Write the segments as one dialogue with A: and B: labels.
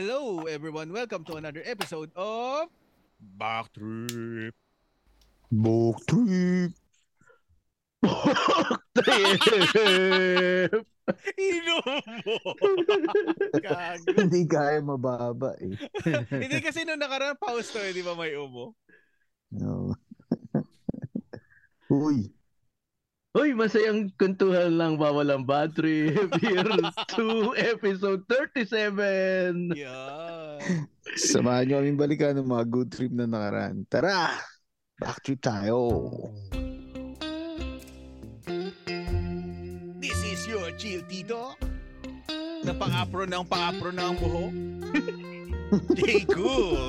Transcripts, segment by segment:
A: Hello everyone, welcome to another episode of Backtrip.
B: Book trip. Book trip.
A: Ino mo! Gago.
B: Hindi kaya mababa eh.
A: Hindi kasi nung nakaraan pause to eh, di ba may umo?
B: No. Uy,
C: Uy, masayang kuntuhan lang bawal ang bad trip. Here's to episode 37.
A: Yeah.
B: samahan nyo kaming balikan ng mga good trip na nakaraan. Tara! Back trip tayo.
A: This is your chill tito. Na pang-apro ng pang-apro ng buho. J. Cool.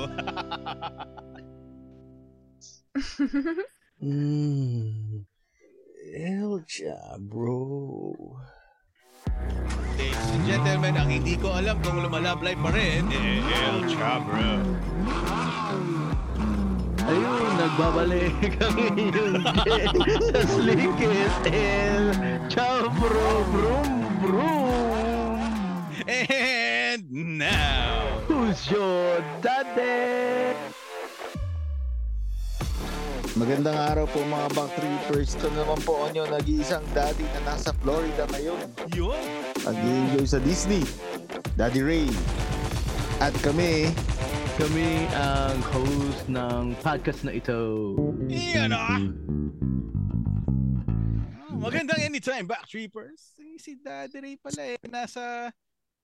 D: Mm.
B: Hmm.
D: Elja, bro.
A: Ladies and gentlemen, ang hindi ko alam kung lumalablay pa rin, eh, El Chabro.
C: Ayun, nagbabalik ang iyong guest sa Slickest and Ciao bro, brum brum.
A: And now,
C: Who's your daddy?
B: Magandang araw po mga back trippers. Ito naman po nyo nag-iisang daddy na nasa Florida ngayon.
A: yun.
B: Nag-enjoy sa Disney. Daddy Ray. At kami,
C: Kami ang host ng podcast na ito.
A: Iyan ah! Ah,
B: Mm-hmm.
A: Magandang anytime, back trippers. Eh, Si Daddy Ray pala eh, nasa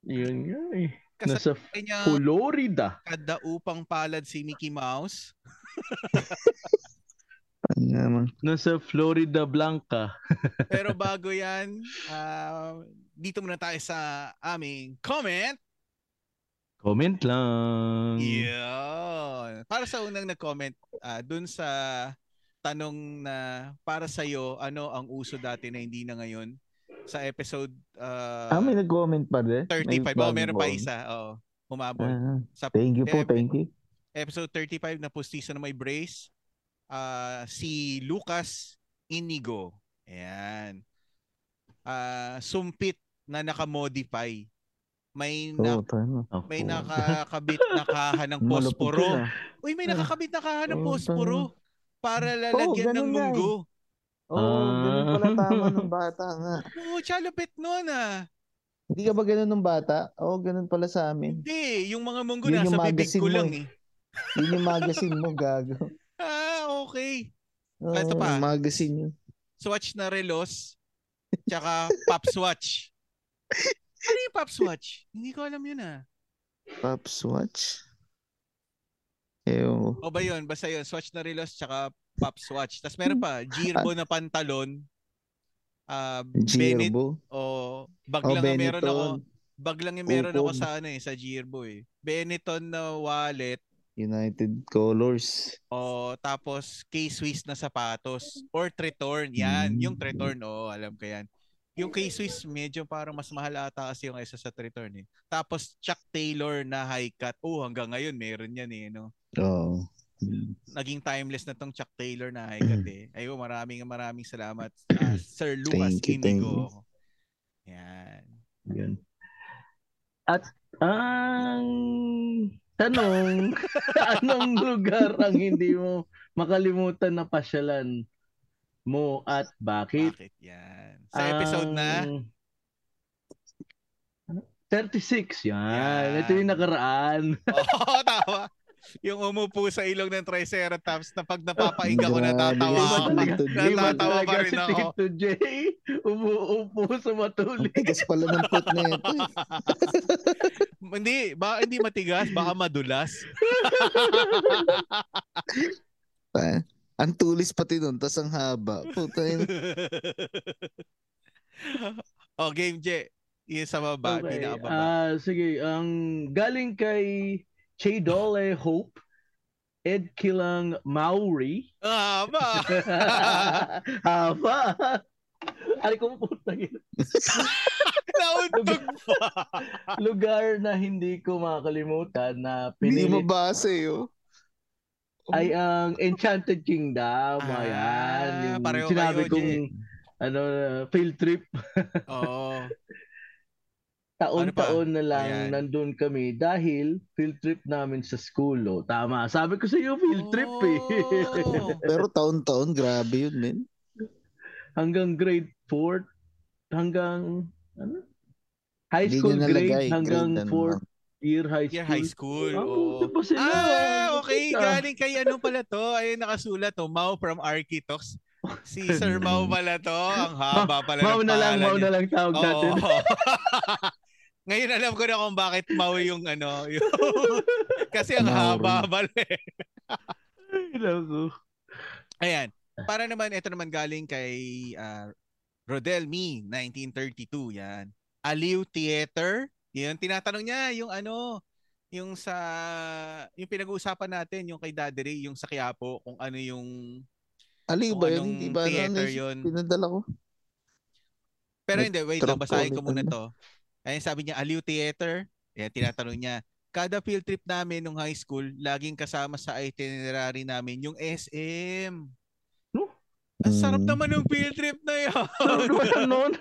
C: Yun nga eh.
A: kasama
C: Nasa
A: niya
C: Florida.
A: kadaupang palad si Mickey Mouse.
B: ano naman?
C: Nasa Florida Blanca.
A: Pero bago yan, ah, dito muna tayo sa aming comment.
C: Comment
B: Mm.
C: lang.
A: Yeah. Para sa unang nag-comment, ah, dun sa tanong na para sa'yo, ano ang uso dati na hindi na ngayon? Sa episode ah,
B: Ah, may nag-comment pa rin? May
A: 35. Oh, meron pa
B: bagong
A: isa. Oh, humabol.
B: Ah,
A: sa
B: thank you po,
A: Epic.
B: thank you.
A: episode 35 na pustiso na may brace, ah, si Lucas Inigo. Ayan. Ah, sumpit na nakamodify. May na,
B: Oo, tama.
C: Ako.
A: may nakakabit na kaha ng
B: Malupit
A: posporo.
B: yun ah.
A: Uy, may nakakabit na kaha ng
B: Oo,
A: posporo para lalagyan ng
B: ganun nga eh.
A: munggo.
B: Oo, oh, ganun pala
C: Ah.
B: tama nung bata nga.
A: Oo, tsaka lupit nun ah.
B: Hindi ka ba ganun nung bata? Oo, oh, ganun pala sa amin.
A: Hindi, yung mga munggo
B: Yun
A: nasa
B: yung
A: bibig ko
B: magazine mo
A: lang
B: eh.
A: eh.
B: Yun yung magazine mo, gago.
A: Ah, okay.
B: Oo,
A: Ah, Ito pa.
B: yung magazine yun.
A: Swatch na relos, tsaka Pops Watch. Ano yung Pops Watch? Hindi ko alam yun ah.
B: Pops Watch. Ew.
A: O ba yun? Basta yun. Swatch na relos tsaka Pops Watch. Tapos meron pa, Jirbo na pantalon. ah Bennett
B: Jirbo.
A: o
B: O,
A: baglang na meron ako.
B: Benetton.
A: Baglang yung meron ako
B: Upon.
A: sa ano eh, sa Jirbo eh. Benetton na wallet
B: United Colors.
A: o tapos K-Swiss na sapatos or Tretorn. Yan,
B: Mm.
A: yung Tretorn. Oo, alam ko yan. Yung K-Swiss medyo parang mas mahal ata kasi yung isa sa Tretorn eh. Tapos Chuck Taylor na high cut. Oh, hanggang ngayon meron yan eh, no?
B: Oo.
A: naging timeless na tong Chuck Taylor na
B: Hmm.
A: hikat eh. Ayo, maraming maraming salamat ah, Sir Lucas
B: Thank you, thank you.
A: Indigo. Yan.
C: Yun. At ang tanong, anong lugar ang hindi mo makalimutan na pasyalan mo at bakit?
A: Bakit yan? Sa episode
C: Ang-
A: na
C: 36 yan.
A: Yan.
C: Ito yung nakaraan.
B: Ah.
A: Oo, tawa. Yung umupo sa ilog ng Triceratops na pag napapahinga ko
B: Grabe, oh.
A: natatawa
C: Iba
A: ako.
B: Tito Jay.
C: Iba
A: Natatawa pa
C: talaga
A: rin
C: si
A: ako.
C: Tito Jay. Umuupo sa
B: Ang
C: matulid.
B: tigas pala ng pot na ito. eh.
A: Hindi, ba hindi matigas, baka madulas.
B: Pa- Ang tulis pati nun, tas ang haba. Puta yun.
A: oh, Game J. Yung sa baba,
C: Okay,
A: pinakababa.
C: ah, sige, ang galing kay Che Dole Hope, Ed Kilang Maori.
A: Ah, ba?
C: Haba. Ay, kung putang ina.
A: Nauntog pa.
C: Lugar na hindi ko makakalimutan na
B: Hindi eh, oh. mo
C: pinili
B: base yun.
C: ay ang Enchanted Kingdom.
A: Ah,
C: Ayan. Yung
A: pareho
C: sinabi
A: kayo, Ano
C: kong ano, field trip.
A: Oo.
C: taon-taon na lang
A: Ayan.
C: nandun kami dahil field trip namin sa school. Oh, tama. Sabi ko sa iyo, field trip eh.
A: Oh.
B: Pero taon-taon, grabe yun, men.
C: hanggang grade 4, hanggang ano? High
B: Hindi
C: school
B: niya
C: grade,
B: nalagay,
C: hanggang
B: grade ano
C: 4th year high
A: Yeah,
C: school.
A: high school.
C: Ang
A: oo.
C: puto pa sila.
A: Ah, okay.
C: Puta.
A: Galing kay ano pala to. Ayun, nakasulat to. Mau from Architox. Si Sir Mau pala to. Ang haba pala
C: Mau
A: ng
C: na lang,
A: pangalan
C: mau na lang tawag
A: Oo.
C: natin.
A: Ngayon alam ko na kung bakit Mau yung ano. Yung... Kasi ang
B: Mau rin.
A: haba pala eh.
C: Ay, naku.
A: Ayan. Para naman, ito naman galing kay ah, Rodel Me, 1932. Yan. Aliw Theater. Yan, tinatanong niya yung ano, yung sa, yung pinag-uusapan natin, yung kay Daddy Ray, yung sa Quiapo, kung ano yung,
B: Aliw
A: kung
B: ba
A: anong
B: yun? Di ba? Ano,
A: theater
B: naisip-
A: yun.
B: pinadala ko.
A: Pero hindi, wait lang,
B: Metro
A: basahin ko muna
B: Metropolitan
A: to. Ayun, sabi niya, Aliw Theater. Ayan, tinatanong niya, kada field trip namin nung high school, laging kasama sa itinerary namin yung SM.
C: No?
A: Ang sarap
B: Mm.
A: naman ng field trip na yun.
C: Tawag naman ang noon.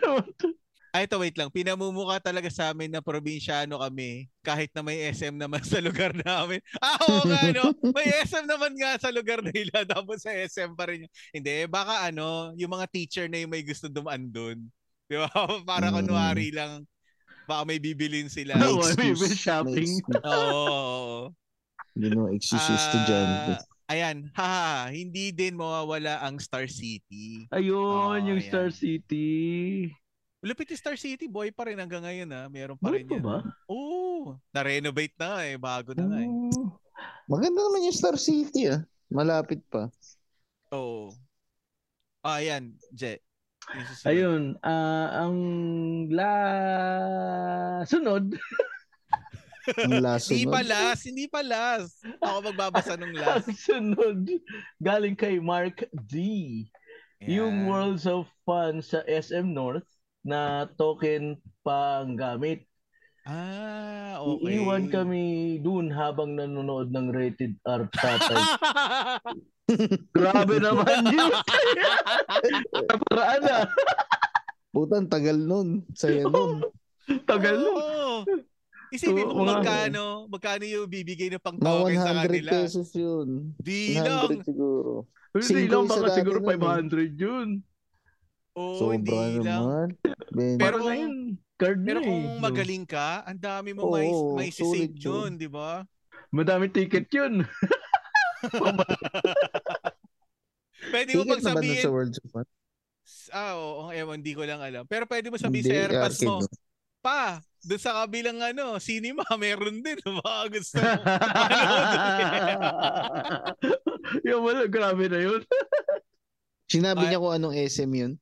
A: Ay, ito, wait lang. Pinamumukha talaga sa amin na probinsyano kami kahit na may SM naman sa lugar namin. Ah, oo nga, no? May SM naman nga sa lugar nila tapos sa SM pa rin. yun. Hindi, baka ano, yung mga teacher na yung may gusto dumaan doon. Di ba? Para
B: Mm.
A: kunwari lang, baka may bibilin sila. Oo.
C: No, why we
B: excuse.
C: went shopping?
B: May excuse.
A: oo.
B: You know, excuse is to John.
A: Ah, ayan, haha, hindi din mawawala ang Star City.
C: Ayun,
A: Oo,
C: yung
A: ayan.
C: Star City.
A: Lupit yung Star City, boy pa rin hanggang ngayon ha. Meron pa
C: Buhay
A: rin
C: pa
A: yan.
C: ba?
A: Oo. Na-renovate na nga eh. Bago na nga eh.
C: Oo.
B: Maganda naman yung Star City, ah. Malapit pa.
A: Oo. Ah, yan. Je. Yung susunod.
C: Ayun, ah, ang la sunod,
B: Ang laso
A: Hindi
B: nun.
A: pa last. Hindi pa last. Ako magbabasa nung
C: ang
A: last.
C: sunod galing kay Mark D. Yung
A: Yan.
C: Worlds of Fun sa SM North na token pang gamit.
A: Ah, okay.
C: Iiwan kami dun habang nanonood ng rated R tatay. Grabe naman yun. Paraan na.
B: Putang tagal nun. Saya nun.
C: Tagal nun.
A: Oo. Isipin mo
C: Oo, mga-
A: magkano, magkano yung bibigay ng pang
B: Mga
A: token sa
B: 100
A: kanila.
B: pesos yun.
A: Di lang.
B: 100 siguro.
C: Hindi
B: Cinco
C: lang
B: yung sa
C: baka
B: dati
C: siguro
B: nun, eh.
C: 500 yun.
A: Oo, hindi
B: Sobra
A: lang.
B: naman. Ben,
A: Pero
C: Pero na
A: kung-
C: yun, card na
A: Pero
C: eh.
A: kung
C: So,
A: magaling ka, ang dami mo may,
B: Oo,
A: may
B: sulit
A: sisave
B: yun.
A: yun, di ba?
C: Madami ticket yun.
A: Pwede mo pag
B: ticket na ba nun
A: sabihin,
B: sa World of Fun?
A: Ah, oo. Ewan, hindi ko lang alam. Pero pwede mo sabihin sa
B: Hindi,
A: airpads
B: arcade
A: mo,
B: yun.
A: pa, doon sa kabilang ano, cinema, meron din. Baka gusto mo. Manood
C: yung wala, grabe na yun.
A: Ay-
B: Sinabi niya kung anong SM yun.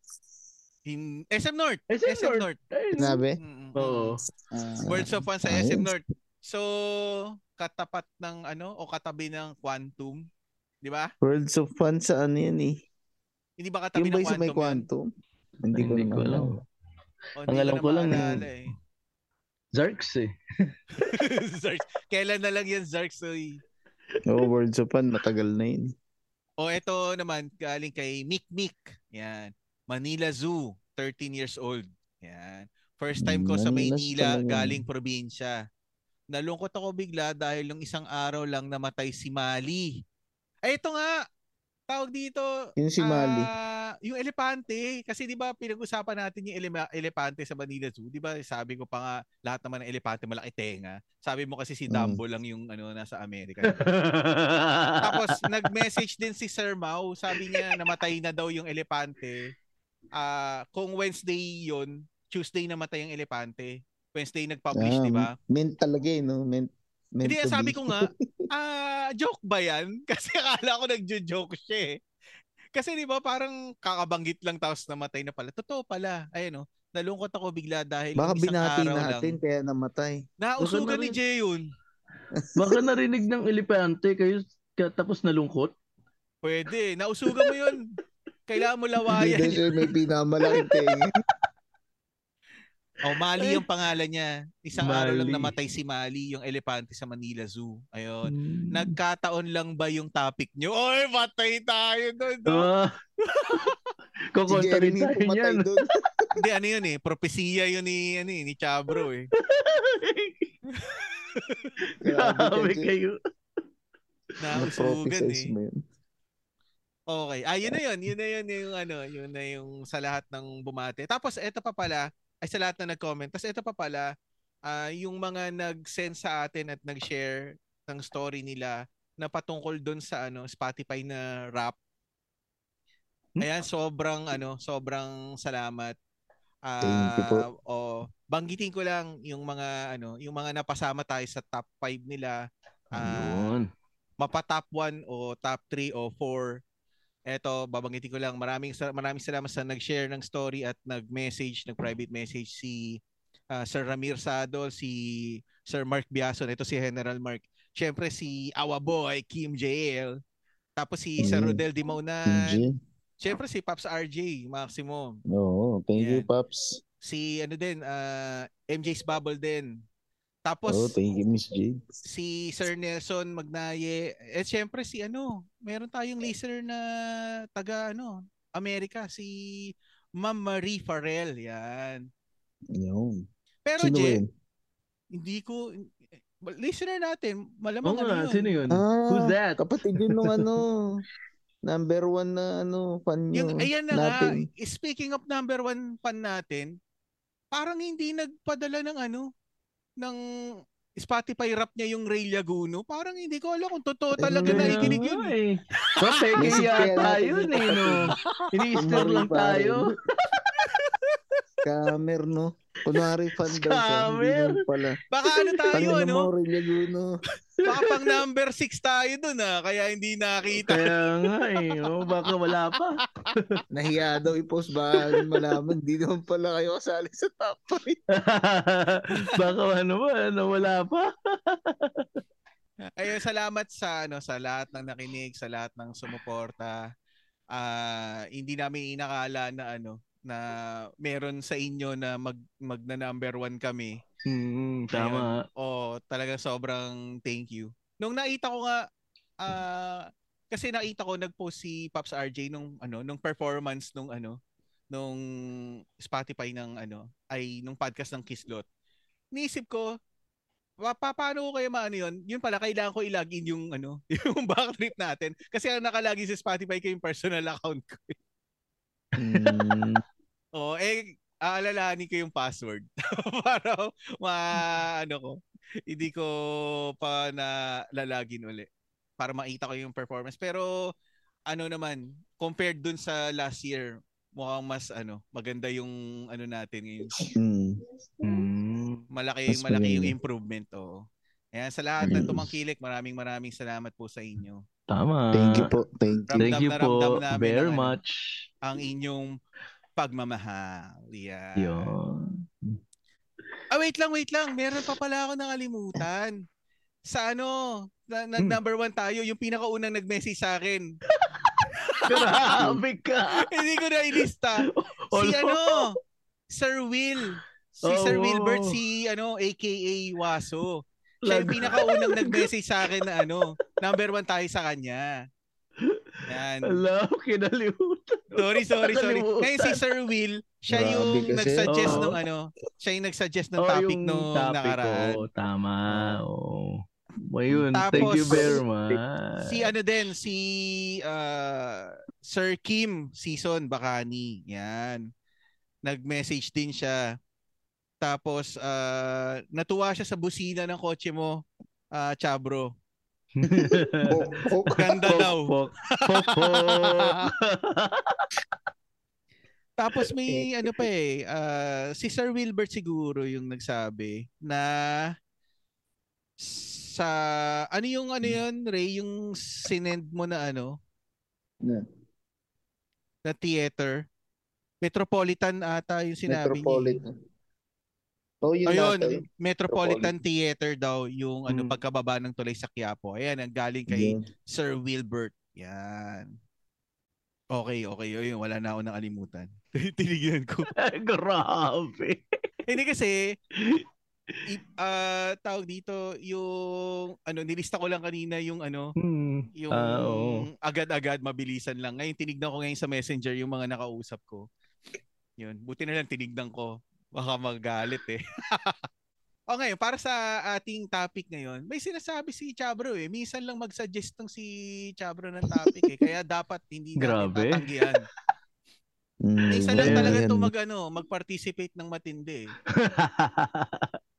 A: In SM North.
C: Eh,
A: SM,
C: senior.
A: North.
C: Ayun.
B: Sinabi?
A: Mm, mm,
C: Oo.
A: mm.
B: Ah,
A: Worlds of Fun sa
B: ayos.
A: SM North. So, katapat ng ano, o katabi ng Quantum. Di ba?
B: Worlds of Fun sa ano yun eh.
A: Hindi ba
B: Yung
A: katabi
B: ba
A: ng
B: yung sa
A: Quantum?
B: may
A: yun?
B: quantum? Hindi ko,
C: Hindi ko
B: alam.
A: O,
C: Ang
A: hindi
C: alam
A: na
C: ko lang,
A: maalala eh.
C: Zarks eh.
A: Zarks. Kailan na lang yan, Zarks? oy?
B: Oo, Worlds of Fun, matagal na yun.
A: O eto naman, galing kay Mick Mick. Yan. Manila Zoo, 13 years old. Yan. First time ko sa
B: Manila
A: Maynila,
B: talaga.
A: galing probinsya. Nalungkot ako bigla dahil nung isang araw lang namatay si Mali. Ay, ito nga. Tawag dito.
B: Yun si Mali.
A: ah, yung elepante. Kasi di ba pinag-usapan natin yung elema- elepante sa Manila Zoo. Di ba sabi ko pa nga, lahat naman ng elepante malaki tenga. Sabi mo kasi si
B: Mm.
A: Dumbo lang yung ano, nasa Amerika. Tapos nag-message din si Sir Mau, sabi niya namatay na daw yung elepante. Ah, kung Wednesday 'yon, Tuesday namatay ang elepante. Wednesday nag-publish,
B: Ah,
A: 'di ba?
B: Meant talaga eh, no? Meant, meant
A: Hindi
B: to
A: sabi
B: be.
A: ko nga, ah, joke ba 'yan? Kasi akala ko nagjo-joke siya eh. Kasi 'di ba parang kakabanggit lang tapos namatay na pala. Totoo pala. Ayun oh. Nalungkot ako bigla dahil
B: Baka
A: yung isang
B: binati
A: araw
B: natin,
A: lang.
B: kaya namatay.
A: Nausugan
C: Baka
A: ni
C: na-
A: Jay yun.
C: Baka narinig ng elepante kayo ka- tapos nalungkot.
A: Pwede. Nausugan mo yun. Kailangan mo
B: Hindi
A: lawayan
B: daw siya may pinamalaking tenga.
A: Oh, Mali
C: Ay.
A: yung pangalan niya. Isang araw lang
C: Mali.
A: namatay si Mali, yung elepante sa Manila Zoo. Ayun.
C: Hmm. Oh.
A: Nagkataon lang ba yung topic niyo? Oy, patay tayo doon. no?
C: Ah.
B: Si
C: Kukonta rin
B: Jeremy
C: tayo
B: pumatay
C: niyan.
B: doon.
A: Hindi, ano yun eh. Propesiya yun ni, ano, eh, ni Chabro eh.
C: Grabe kayo.
A: Nausugan eh.
B: man.
A: Okay. Ah, yun na yun. Yun na yun yung ano, yun na yung sa lahat ng bumate. Tapos eto pa pala, ay sa lahat na nag-comment. Tapos eto pa pala, ah, yung mga nag-send sa atin at nag-share ng story nila na patungkol doon sa ano, Spotify na rap.
C: Hmm?
A: Ayan, sobrang ano, sobrang salamat. Ah,
B: Thank you po.
A: oh, banggitin ko lang yung mga ano, yung mga napasama tayo sa top 5 nila. Ah,
C: Ayun.
A: mapa top 1 o top 3 o 4. Eto, babanggitin ko lang. Maraming sa- maraming salamat sa nag-share ng story at nag-message, nag-private message si ah, Sir Ramir Sadol, si Sir Mark Biason, ito si General Mark. Siyempre si Awa Boy, Kim JL. Tapos si Sir
B: Mm.
A: Rodel Dimaunan.
B: PG.
A: Siyempre si Pops RJ, Maximum.
B: Oo, thank you,
A: Yan.
B: Paps.
A: Si ano din, ah, MJ's Bubble din. Tapos
B: Oh, thank you, Miss Jigs.
A: si Sir Nelson Magnaye at syempre si ano, meron tayong listener na taga ano, Amerika si Ma'am Marie Farrell, yan.
B: Yun.
A: Pero
B: Sino
A: Je,
B: yun?
A: hindi ko eh, listener natin,
C: Oo
A: malamang ano
C: nga,
A: yun.
C: sino yun?
B: Ah,
C: Who's that?
B: Kapatid yun nung ano, number one na ano, fan
A: Yung,
B: nyo.
A: ayan na
B: natin.
A: nga, speaking of number one fan natin, parang hindi nagpadala ng ano, ng Spotify rap niya yung Ray Laguno. Parang hindi ko alam kung totoo talaga
B: Ayun na
A: nakikinig yun. eh.
C: eh. So, peke
B: Isip kaya
C: yata
B: natin
C: yun
B: yung
C: eh, no? Ini-stir
B: Kunwari
C: lang
B: pare.
C: tayo.
B: Scammer, no? Kunwari fan daw siya. Hindi
C: Scammer.
B: lang pala.
A: Baka ano tayo,
B: Tangin
A: ano?
B: mo, Ray Laguno.
A: Baka pang number 6 tayo dun ah, kaya hindi nakita.
C: Kaya nga eh. Oh, baka wala pa.
B: Nahiya daw i-post ba? Malaman, hindi naman pala kayo kasali sa top 5.
C: baka ano ba, ano, wala pa.
A: Ayun, salamat sa ano sa lahat ng nakinig, sa lahat ng sumuporta. Ah, hindi namin inakala na ano na meron sa inyo na mag magna number one kami.
C: Hmm, tama.
A: Oh, talaga sobrang thank you. Nung nakita ko nga ah, kasi nakita ko nag-post si Pops RJ nung ano nung performance nung ano nung Spotify ng ano ay nung podcast ng Kislot. Niisip ko pa pa- paano ko kaya maano yun? Yun pala, kailangan ko i-login yung, ano, yung backtrip natin. Kasi ang nakalagi sa Spotify ko yung personal account ko.
C: Hmm.
A: Oo, eh, aalalahanin ko yung password. Para ma, ano ko, hindi ko pa na lalagin uli. Para makita ko yung performance. Pero, ano naman, compared dun sa last year, mukhang mas, ano, maganda yung, ano natin ngayon.
B: Mm.
C: Hmm.
A: Malaki,
B: Mas
A: malaki yung
B: maganda.
A: improvement, oo. Ayan, sa lahat ng tumangkilik, maraming maraming salamat po sa inyo.
C: Tama.
B: Thank you po. Thank you.
C: Thank
A: Ramdam
C: you
A: na ramdam
C: po
A: namin
C: very
A: ang ano.
C: much.
A: Ang inyong pagmamahal. Yeah.
C: Yun.
A: Ah, wait lang, wait lang. Meron pa pala ako nakalimutan. Sa ano, na, nag-
C: Hmm.
A: number one tayo, yung pinakaunang nag-message sa akin.
C: Grabe ka.
A: Hindi ko na ilista. Si
C: Olo. Oh,
A: ano, Sir Will. Si
C: Oo.
A: Sir Wilbert, si ano, aka Waso. Siya yung
C: Lag-
A: pinakaunang nag-message sa akin na ano, number one tayo sa kanya. Yan.
C: Alam, kinalimutan.
A: Sorry, sorry, sorry.
C: Nakalimutan.
A: Ngayon si Sir Will, siya
B: Grabe
A: yung
B: kasi.
A: nag-suggest
C: Oo.
A: ng ano, siya yung nag-suggest ng
C: Oh, Oh.
A: topic
C: yung
A: nung
C: topic,
A: nakaraan.
C: oo, tama. Oo. Ayun,
A: Tapos,
C: thank you very much.
A: Si ano din, si ah, Sir Kim Season Bakani. Yan. Nag-message din siya. Tapos ah, natuwa siya sa busina ng kotse mo, ah, Chabro.
B: Pok, pok.
A: Ganda
C: Oh.
A: daw.
C: Pok, pok, pok.
A: Tapos may ano pa eh, ah, si Sir Wilbert siguro yung nagsabi na sa ano yung ano yun Ray yung sinend mo na ano
B: Na?
A: na theater Metropolitan ata yung sinabi niya.
B: Metropolitan. Oh, yun
A: Ayun,
B: nata.
A: Metropolitan
B: Metropolitan. Mm.
A: Theater daw yung ano
C: Hmm.
A: pagkababa ng tulay sa Quiapo. Ayan, ang galing kay
B: Yun.
A: Sir Wilbert. Yan. Okay, okay. Ayun, wala na ako nakalimutan. Tinignan ko.
C: Grabe.
A: Hindi kasi i- ah, tawag dito yung ano nilista ko lang kanina yung ano
C: Hmm.
A: yung
C: Ah, oo.
A: agad-agad mabilisan lang. Ngayon tinignan ko ngayon sa Messenger yung mga nakausap ko. Yun, buti na lang tinignan ko. Baka magalit eh. o ngayon, para sa ating topic ngayon, may sinasabi si Chabro eh. Minsan lang mag-suggest tong si Chabro ng topic eh. Kaya dapat hindi natin
C: Grabe.
A: tatanggihan.
B: Hmm.
D: Mm,
A: Minsan lang
C: Ayan.
A: talaga ito mag, ano, mag-participate ng matindi. eh.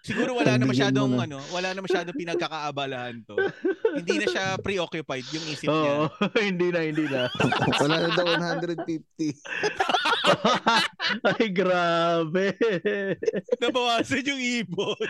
A: Siguro wala
D: Tanggilin
A: na
D: mo
A: masyadong
D: na.
A: ano, wala na masyadong pinagkakaabalahan to. Hindi na siya preoccupied yung isip niya.
C: Oo, hindi na, hindi na.
B: Wala na daw 150.
C: Ay, grabe.
A: Nabawasan yung ibon.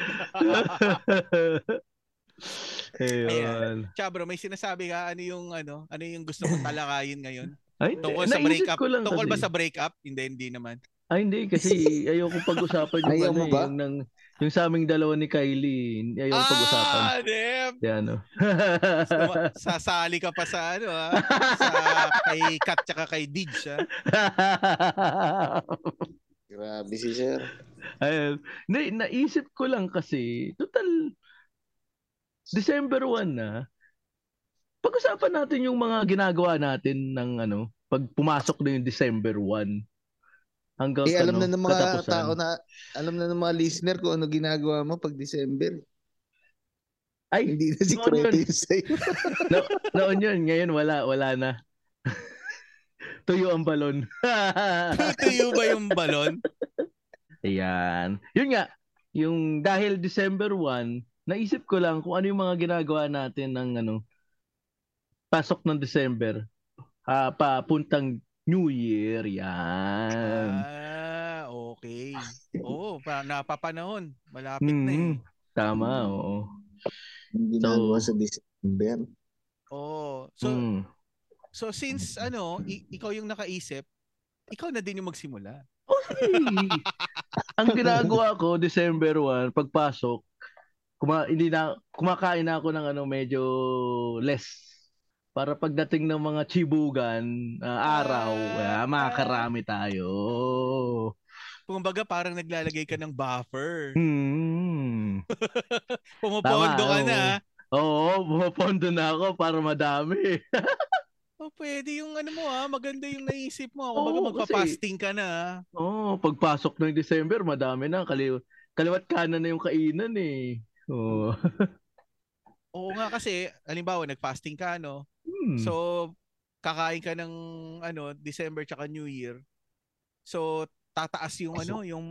C: Ayun.
A: Chabro, may sinasabi ka ano yung ano, ano yung gusto mong talakayin ngayon?
C: Ay, hindi.
A: Tungkol sa
C: Naisip
A: breakup.
C: ko lang
A: Tungkol ba
C: kasi.
A: sa breakup? Hindi, hindi naman.
C: Ay, hindi. Kasi ayoko pag-usapan yung,
B: Ayaw
C: ano,
B: mo ba?
C: yung, ng, yung sa aming dalawa ni Kylie. Ayaw pag-usapan.
A: Ah, damn!
C: Yan, oh. no?
A: Suma- Sasali ka pa sa ano ah, sa kay Kat tsaka kay Dij ah.
B: Grabe si sir.
C: Ayun. Hindi, naisip ko lang kasi, total, December 1 na, pag-usapan natin yung mga ginagawa natin ng ano, pag pumasok na yung December 1. Hanggang
B: Eh, alam
C: ano,
B: na ng mga
C: katapusan.
B: tao na, alam na ng mga listener kung ano ginagawa mo pag December.
C: Ay,
B: Hindi na si
C: Ano yun?
B: Crete sa'yo.
C: noon yun, ngayon wala, wala na. Tuyo ang balon.
A: Tutuyo ba yung balon?
C: Ayan. Yun nga, yung dahil December 1, naisip ko lang kung ano yung mga ginagawa natin ng ano, pasok ng December, ah, papuntang New Year. Yan.
A: Ah, okay. Oo, pa, napapanahon. Malapit na eh.
C: Mm, tama, oo.
B: Ang ginagawa sa December.
A: Oo. Oh, So,
C: Mm.
A: so since ano, i- ikaw yung nakaisip, ikaw na din yung magsimula.
C: Hey! Ang ginagawa ko December 1 pagpasok, kuma hindi na kumakain na ako ng ano medyo less para pagdating ng mga chibugan ah, araw, ah, makakarami tayo.
A: Kumbaga parang naglalagay ka ng buffer.
C: Hmm.
A: Pumupondo
C: Tama,
A: ka
C: oo.
A: na.
C: Oo, pumapondo na ako para madami.
A: O pwede yung ano mo ha, maganda yung naisip mo. Kumbaga
C: Oo,
A: magpa-fasting ka na. ah. ha.
C: Oo, pagpasok ng December, madami na. Kaliw kaliwat kanan na yung kainan eh. Oo.
A: Oo nga kasi, halimbawa nag-fasting ka no.
C: Hmm.
A: So kakain ka ng ano, December tsaka New Year. So tataas yung ano, yung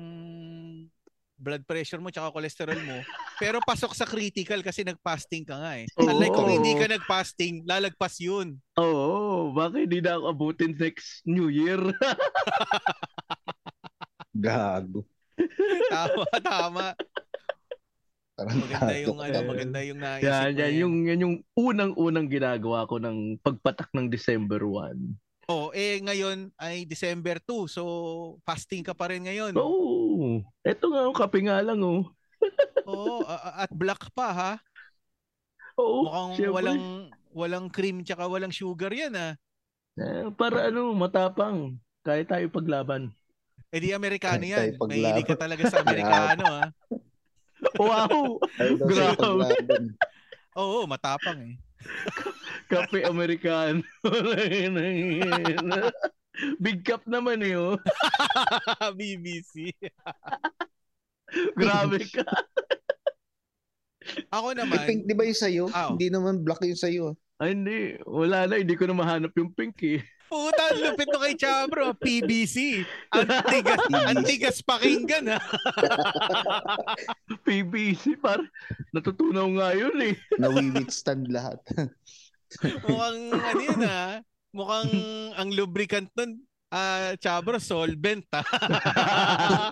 A: blood pressure mo tsaka cholesterol mo. Pero pasok sa critical kasi nag-fasting ka nga eh.
C: Oo.
A: Unlike kung hindi ka nag-fasting, lalagpas yun.
C: Oo, bakit hindi na ako abutin next New Year?
B: Gago.
A: Tama, tama.
B: Parang
A: Maganda
B: tato
A: yung
B: ka
A: ano,
B: na.
A: maganda yung naisip mo
C: yan, yan,
A: eh.
C: yung, yan yung unang-unang ginagawa ko ng pagpatak ng December 1.
A: Oh, eh ngayon ay December 2. So fasting ka pa rin ngayon.
C: Oo, oh, eto nga, oh, kape nga lang oh.
A: Oo, a- a- at black pa ha.
C: Oo,
A: Mukhang
C: Oh, syempre.
A: walang walang cream tsaka walang sugar yan ah. ha.
C: Eh, para ano, matapang. Kaya tayo paglaban.
A: Eh di Amerikano
B: Kahit
A: yan.
B: tayo
A: Mahilig ka
B: paglaban.
A: talaga sa Amerikano ha.
C: Wow!
B: Ayaw daw siya
C: Grabe.
B: paglaban.
A: Oo, matapang eh.
C: Kape Amerikano. Big cup naman eh oh.
A: BBC.
C: Grabe ka.
A: Ako
B: Eh,
A: naman,
B: pink, di ba yung sayo?
A: Ah, oh.
B: Hindi naman black yung sayo.
C: Ay, hindi. Wala na, hindi ko na mahanap yung pink eh.
A: puta, ang lupit mo kay Chabro. ah. PBC. Antigas, antigas pakinggan ha.
C: PBC, par. Natutunaw nga yun eh.
B: Nawiwithstand lahat.
A: Mukhang ano yun ha. Mukhang ang lubricant nun. Ah, Chabro, solvent ha.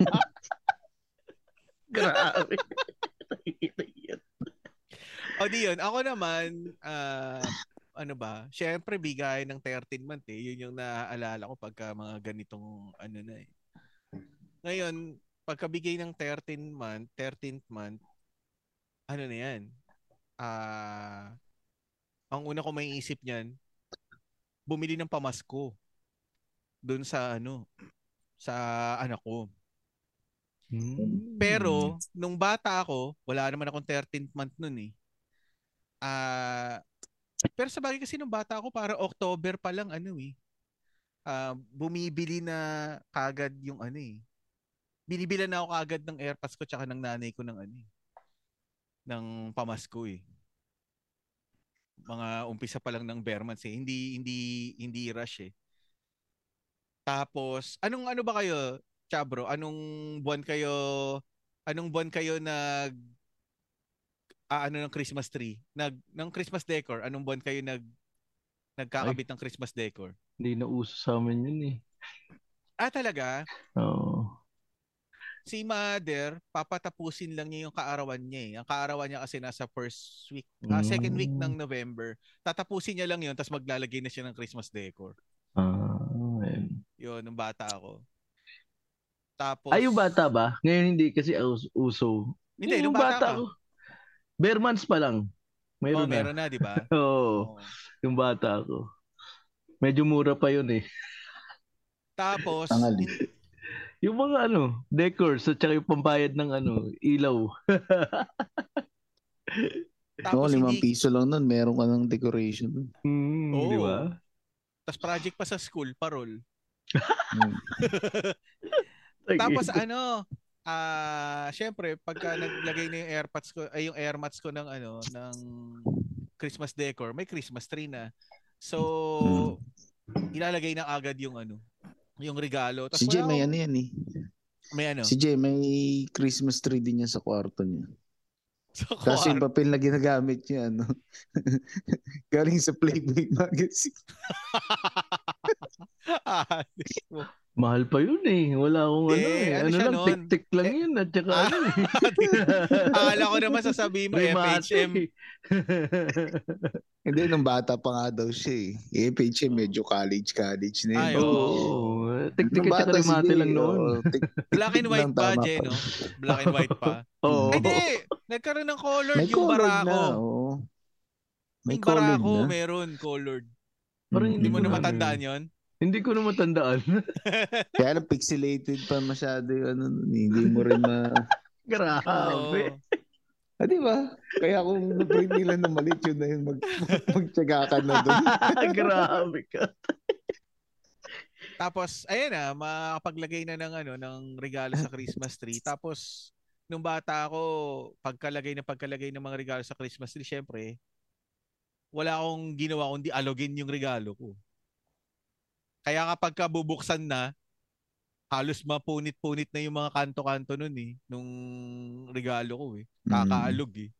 C: Grabe.
A: O di yun, ako naman, ah, ano ba, syempre bigay ng 13 month eh. Yun yung naaalala ko pagka mga ganitong ano na eh. Ngayon, pagkabigay ng 13 month, 13th month, ano na yan? Ah, ang una ko may isip niyan, bumili ng pamasko doon sa ano, sa anak ko.
B: Hmm.
A: Pero nung bata ako, wala naman akong 13th month noon eh. Ah, pero sa bagay kasi nung bata ako, para October pa lang ano eh. Ah, bumibili na kagad yung ano eh. Binibila na ako kagad ng airpads ko tsaka ng nanay ko ng ano eh. Ng pamasko eh. Mga umpisa pa lang ng bare months eh. Hindi, hindi, hindi rush eh. Tapos, anong ano ba kayo? Chabro, anong buwan kayo anong buwan kayo nag aano ng Christmas tree? Nag ng Christmas decor, anong buwan kayo nag nagkakabit ng Christmas decor?
C: Hindi na uso sa amin yun eh.
A: Ah, talaga?
C: Oo.
A: Si mother, papatapusin lang niya yung kaarawan niya eh. Ang kaarawan niya kasi nasa first week, ah, second week ng
C: Hmm.
A: November. Tatapusin niya lang yun, tapos maglalagay na siya ng Christmas decor.
C: Ah, ayun.
A: Yun, nung bata ako. Tapos,
C: Ay, yung bata ba? Ngayon hindi kasi us- uso.
A: Hindi,
C: Yung
A: nung bata,
C: ko.
A: ako.
C: Bare months pa lang.
A: Oh,
C: Meron na. Oh.
A: meron na, di ba?
C: Oo,
A: Oo.
C: yung bata ko. Medyo mura pa yun eh.
A: Tapos,
D: Tangal.
A: hin-
C: Yung mga ano, decors at saka yung pambayad ng ano, ilaw.
A: tapos
B: oh, limang
A: hindi,
B: piso lang nun, meron ka ng decoration. dun.
C: Hmm,
A: Oo.
C: di ba?
A: tapos project pa sa school, parol.
D: Mm.
A: Tapos ano, ah, syempre, pagka naglagay na yung airpods ko, ay yung airmats ko ng ano, ng Christmas decor, may Christmas tree na. So, ilalagay na agad yung ano, yung regalo. Tapos
B: Hmm. Si Jay
A: wala
B: may
A: akong-
B: ano yan eh.
A: may ano,
B: Si Jay may Christmas tree din yan sa kwarto niya.
A: sa
B: Tapos yung
A: kwarto.
B: papel na ginagamit niya, ano, galing sa Playboy magazine.
A: Ah,
C: Mahal pa yun eh. Wala akong ano
A: Hindi,
C: eh.
A: ano
C: Ano
A: siya
C: lang,
A: nun?
C: tik-tik lang
A: Eh,
C: yun. At saka
A: ah,
C: ano eh.
A: Akala ko naman sasabihin mo
C: Remate.
A: FHM.
B: Hindi, nung bata pa nga daw siya eh. Eh, Peche, medyo college-college na
A: Ay,
B: yun.
A: oo.
C: Oo. Tik-tik
B: Nung
C: at saka
B: bata,
C: remate
B: sige,
C: lang noon.
B: oo, tik-
A: Black and white
B: Lang
A: pa,
B: tama
A: Jay,
B: pa.
A: no? Black and white pa.
C: Oo.
A: Ay, di! Nagkaroon ng colored
B: May
A: yung
B: colored na,
A: barako.
B: oo. May
A: yung
B: colored
A: barako,
B: na.
A: meron colored.
C: Parang
A: Hindi
C: hindi
A: mo
C: ko
A: na
C: na-
A: matandaan yun?
C: Hindi ko na matandaan.
B: Kaya lang, pixelated pa masyado yung ano, nun, eh. hindi mo rin ma...
C: Grabe.
A: Oo.
B: Ah, di ba? Kaya kung na-print nila na malit yun na yun, mag, magtsaga ka na doon.
C: Grabe ka.
A: Tapos, ayan na, makapaglagay na ng, ano, ng regalo sa Christmas tree. Tapos, nung bata ako, pagkalagay na pagkalagay ng mga regalo sa Christmas tree, syempre, wala akong ginawa kundi alogin yung regalo ko. Kaya kapag ka bubuksan na, halos mapunit-punit na yung mga kanto-kanto nun eh, nung regalo ko eh.
B: Mm.
A: Kakaalog eh.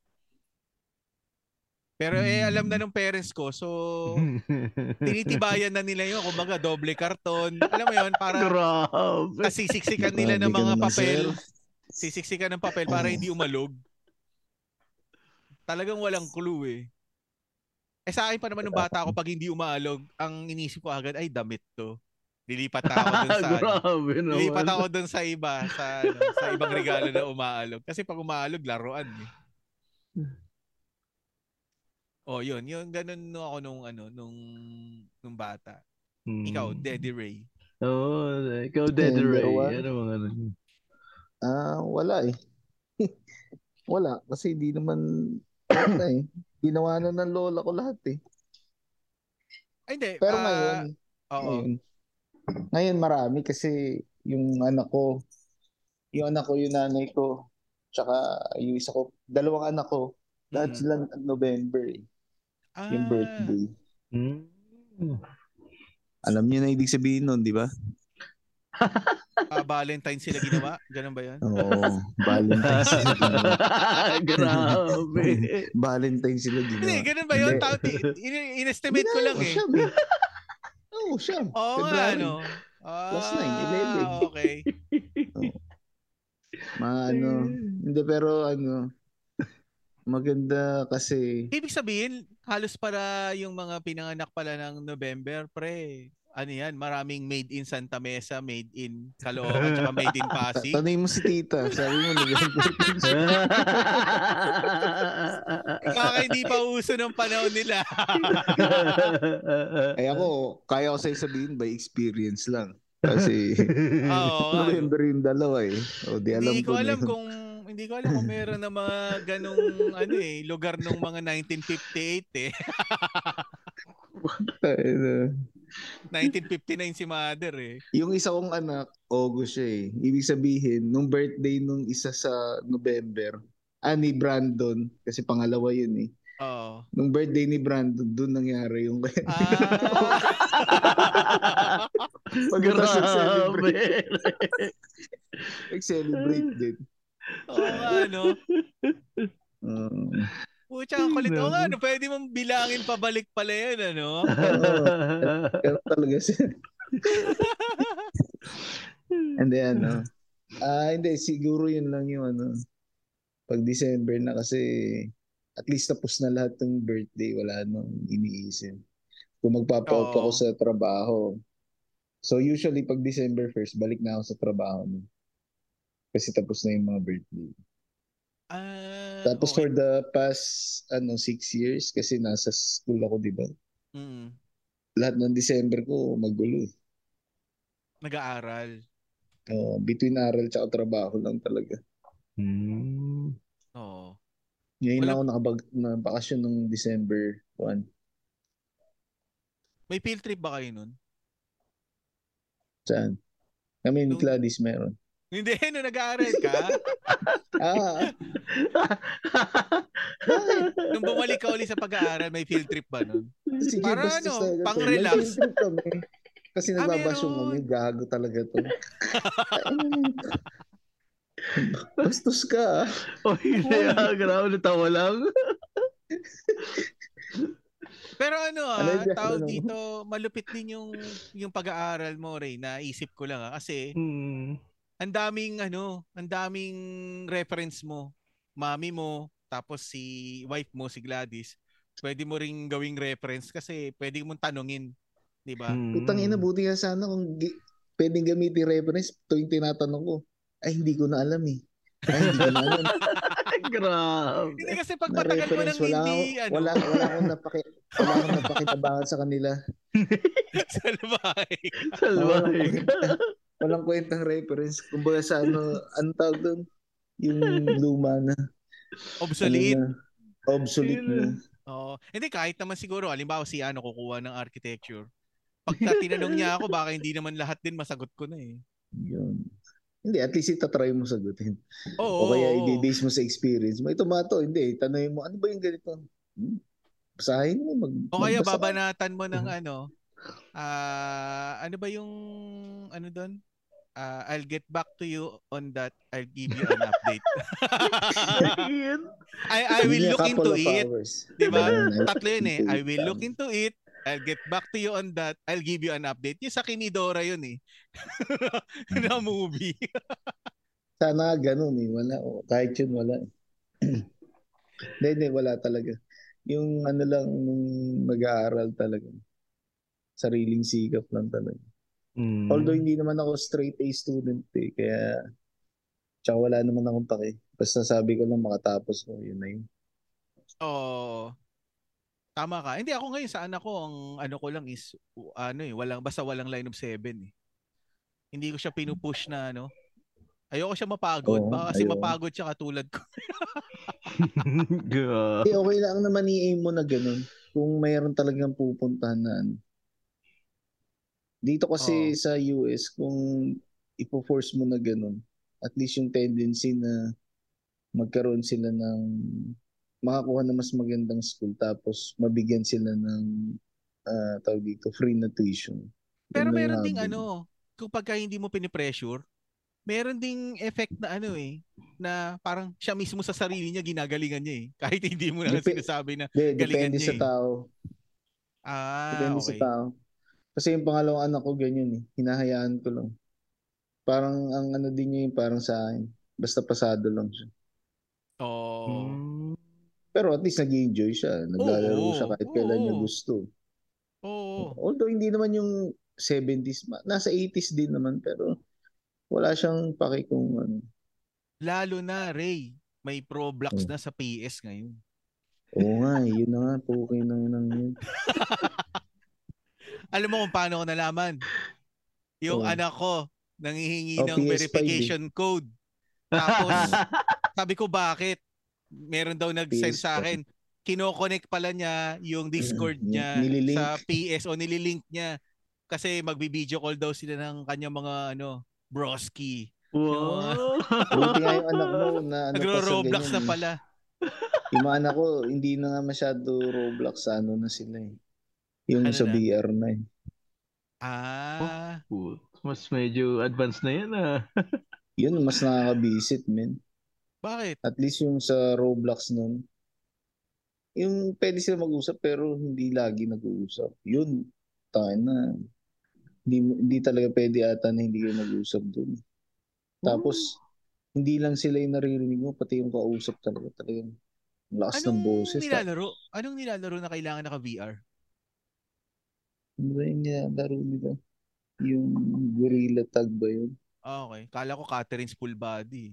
A: Pero eh, alam na ng parents ko, so
C: Mm-hmm.
A: tinitibayan na nila yun. Kumbaga, doble karton. Alam mo yun, para
C: Grabe.
A: sisiksikan nila ng
B: Grabe ka
A: mga
B: naman,
A: papel.
B: sir.
A: Sisiksikan ng papel para
B: Oh.
A: hindi umalog. Talagang walang clue eh. Eh sa akin pa naman nung bata ako, pag hindi umaalog, ang inisip ko agad, ay damit to. Lilipat na ako dun sa ano.
C: Grabe naman.
A: Lilipat ako dun sa iba, sa, ano, sa ibang regalo na umaalog. Kasi pag umaalog, laruan eh. Oh, yun. Yun, ganun ako nung, ano, nung, nung bata.
B: Mm.
C: Hmm.
A: Ikaw, Daddy Ray.
C: Oo, ikaw Dead
B: Number
C: Ray.
B: one.
C: Ano mga nun?
B: Ah, wala eh. wala. Kasi di naman, wala eh. Ginawa na ng lola ko lahat eh.
A: Ay, hindi.
B: Pero
A: ah,
B: ngayon,
A: Oo.
B: ngayon, ngayon marami kasi yung anak ko, yung anak ko, yung nanay ko, tsaka yung isa ko, dalawang anak ko,
A: Mm.
B: lahat sila ng November eh,
A: Ah,
B: yung birthday.
C: Hmm.
B: Alam niyo na ibig sabihin nun, di ba?
A: ah, Valentine sila ginawa? Ganun ba yan?
B: Oo, Valentine sila ginawa.
C: Grabe.
B: Valentine sila ah.
A: Hindi,
B: ginawa.
A: ganun ba yun?
B: Hindi.
A: Tao, ti- in- in-estimate ko lang eh.
B: Siyam, eh. Oo, siyam.
A: Oo nga,
B: February.
A: ano. Ah,
B: Plus nine, eleven.
A: okay.
B: Mga ano, hindi pero ano, maganda kasi
A: Ibig sabihin, halos para yung mga pinanganak pala ng November, pre. Ano yan? Maraming made in Santa Mesa, made in Caloocan, tsaka made in Pasig.
B: Tanay mo si tita, sabi mo November.
A: Baka hindi pa uso ng panahon nila.
B: Ay ako, kaya ko sa'yo sabihin by experience lang. Kasi
A: Oo, ano.
B: November yung dalawa eh. O di alam ano.
A: hindi ko
B: na
A: alam
B: yun.
A: kung ano hindi ko alam kung meron ng mga ganong ano eh lugar ng mga 1958 eh.
B: Ay, na.
A: 1959 si mother eh.
B: ah. Yung isa kong anak, August siya eh. Ibig sabihin, nung birthday nung isa sa November, ah, ni Brandon, kasi pangalawa yun eh.
A: Oo.
B: Nung birthday ni Brandon, doon nangyari yung
A: Ah,
B: pagkatapos nag-celebrate.
C: Grabe.
B: Nag-celebrate din.
A: oo nga, ano.
B: Um,
A: Pucha, ang kulit. Oo nga, ano, pwede mong bilangin pabalik pala yun, ano?
B: pero talaga siya. And then, ano, ah, hindi, siguro yun lang yung ano, pag December na kasi, at least tapos na lahat ng birthday, wala nang iniisip. Kung magpapa-off
A: Oo.
B: ako sa trabaho. So usually pag December 1st, balik na ako sa trabaho. No? Kasi tapos na yung mga birthday.
A: Ah,
B: Tapos for
A: okay.
B: the past ano six years, kasi nasa school ako, di ba?
A: Mm,
B: Lahat ng December ko magulo. eh.
A: nag-aaral.
B: Oo, Ah, between aral tsaka trabaho lang talaga.
C: Hmm.
A: Oo.
B: Ngayon
A: Wala-
B: lang ako nakabag na bakasyon ng December 1.
A: May field trip ba kayo nun?
B: Saan? Kami ni
A: Nung-
B: Gladys meron.
A: Hindi, no, nag-aaral ka.
B: Ah,
A: Nung bumalik ka uli sa pag-aaral, may field trip ba nun?
B: sige,
A: Para
B: bastos
A: ano,
B: talaga to.
A: pang-relax.
B: May field trip kami. Kasi
A: Ah,
B: nagbabasyong
A: meron.
B: kami, gago talaga to. Bastos ka. ah.
C: Oh, hindi ah. Grabe, natawa lang.
A: Pero ano ah,
B: Ano yun?
A: tawag
B: Ano?
A: dito, malupit din yung yung pag-aaral mo, Ray. Naisip ko lang ah, kasi
C: Hmm.
A: ang daming ano, ang daming reference mo. Mami mo, tapos si wife mo si Gladys. Pwede mo ring gawing reference kasi pwede mong tanungin, 'di ba?
B: Putang
A: Hmm.
B: ina, buti ka sana kung gi- pwedeng gamitin reference tuwing tinatanong ko. Ay, hindi ko na alam eh. Ay, hindi ko na alam.
C: Ay, grabe.
A: Hindi kasi pag
B: na
A: matagal mo
B: reference.
A: nang
B: Wala,
A: hindi
B: ako-
A: ano,
B: wala, wala akong napaki, wala akong napakitabangan sa kanila.
A: sa labahe.
C: Salbahe ka.
B: Walang kwentang reference. Kumbaga sa ano, ang tawag doon? Yung luma na.
A: Obsolete.
B: Ano na, obsolete na.
A: Oo. Hindi kahit naman siguro, halimbawa si ano kukuha ng architecture. Pagka tinanong niya ako, baka hindi naman lahat din masagot ko na eh.
B: Yun. Hindi, at least itatry mo sagutin.
A: Oo.
B: o kaya
A: oo, oo.
B: i-base mo sa experience mo. Ito mato, hindi. Tanungin mo, ano ba yung ganito? Hmm? Basahin mo. Mm. Mag,
A: O kaya
B: magbasa ka.
A: babanatan mo ng ano, ah ano ba yung, ano doon? Ah, I'll get back to you on that. I'll give you an update.
C: Sakit.
A: I, I
B: Give me a
A: will look into
B: couple of
A: it.
B: hours.
A: Di ba?
B: Ganun, I'll
A: Tatlo yun eh.
B: into
A: I
B: it.
A: will look into it. I'll get back to you on that. I'll give you an update. Yung sa Kinidora yun eh. na movie.
B: Sana nga ganun eh. Wala. Oh. Kahit yun, wala. eh. Hindi, hindi. Wala talaga. Yung ano lang, nung mag-aaral talaga. Sariling sikap lang talaga.
C: Hmm.
B: Although hindi naman ako straight A student eh. Kaya, tsaka wala naman akong pake. Basta sabi ko lang makatapos ko. Yun na yun.
A: Oo. Tama ka. Hindi ako ngayon sa anak ko, ang ano ko lang is u- ano eh, walang basta walang line of seven eh. Hindi ko siya pinupush na ano. Ayoko siya mapagod.
B: Oo,
A: Baka kasi
B: ayoko.
A: mapagod siya katulad ko.
C: Grabe.
B: Eh, okay lang naman i-aim mo na ganun. Kung mayroon talagang pupuntahan na ano. Dito kasi
A: Oo.
B: sa US, kung ipo-force mo na ganun, at least yung tendency na magkaroon sila ng makakuha ng mas magandang school tapos mabigyan sila ng ah, tawag dito, free na tuition.
A: Pero
B: Ganun
A: meron
B: yung
A: ding
B: habol.
A: ano, kung pagka hindi mo pinipressure, meron ding effect na ano eh, na parang siya mismo sa sarili niya ginagalingan niya eh. Kahit hindi mo na
B: Depe-
A: sinasabi na,
B: De-
A: galingan
B: depende
A: niya
B: sa
A: eh.
B: tao.
A: ah,
B: Depende
A: okay.
B: sa tao. Kasi yung pangalawang anak ko ganyan eh. Hinahayaan ko lang. Parang ang ano din niya yung parang sa akin. Basta pasado lang siya.
A: Oo.
B: Mm.
C: Hmm.
B: Pero at least nag enjoy siya. Naglalaro siya kahit
A: Oo.
B: kailan niya
A: Oo.
B: gusto.
A: Oo.
B: Although hindi naman yung 70s. ma- Nasa 80s din naman pero wala siyang paki kung ano.
A: Lalo na, Ray, may pro blocks
B: Mm.
A: na sa PS ngayon.
B: Oo nga, eh, yun na nga. Pukay na yun ang yun.
A: Alam mo kung paano ko nalaman? yung
B: Oo.
A: anak ko nangihingi
B: Oh,
A: ng
B: PS5 eh.
A: verification code. Tapos sabi ko bakit? Meron daw nag-send
B: PS5.
A: sa akin. Kinoconnect pala niya yung Discord
B: Mm,
A: niya
B: nililink.
A: sa PS o nililink niya kasi magbi-video call daw sila ng kanyang mga ano broski.
C: Wow.
B: Buti nga yung anak mo na ano pa sa
A: Nagro-Roblox
B: ganyan.
A: na
B: eh.
A: pala.
B: Yung mga anak ko, hindi na nga masyado Roblox sa ano na sila eh. Yung
A: Ano
B: sa
A: na?
B: VR na eh.
A: Ah,
C: Put, Mas medyo advanced na yan ah.
B: Yun, mas nakaka-visit, men.
A: bakit?
B: At least yung sa Roblox nun, yung pwede sila mag-usap pero hindi lagi nag-uusap. Yun, tayo na. Hindi, hindi talaga pwede ata na hindi kayo mag-usap dun. Tapos, hindi lang sila yung naririnig mo, pati yung kausap talaga. Talagang ang lakas ng
A: Anong
B: boses. ah. Ta-
A: nilalaro? Anong nilalaro na kailangan naka VR?
B: Ano ba yung nilalaro nila? Yung gorilla tag ba yun?
A: Ah, okay. Kala ko Catherine's full body.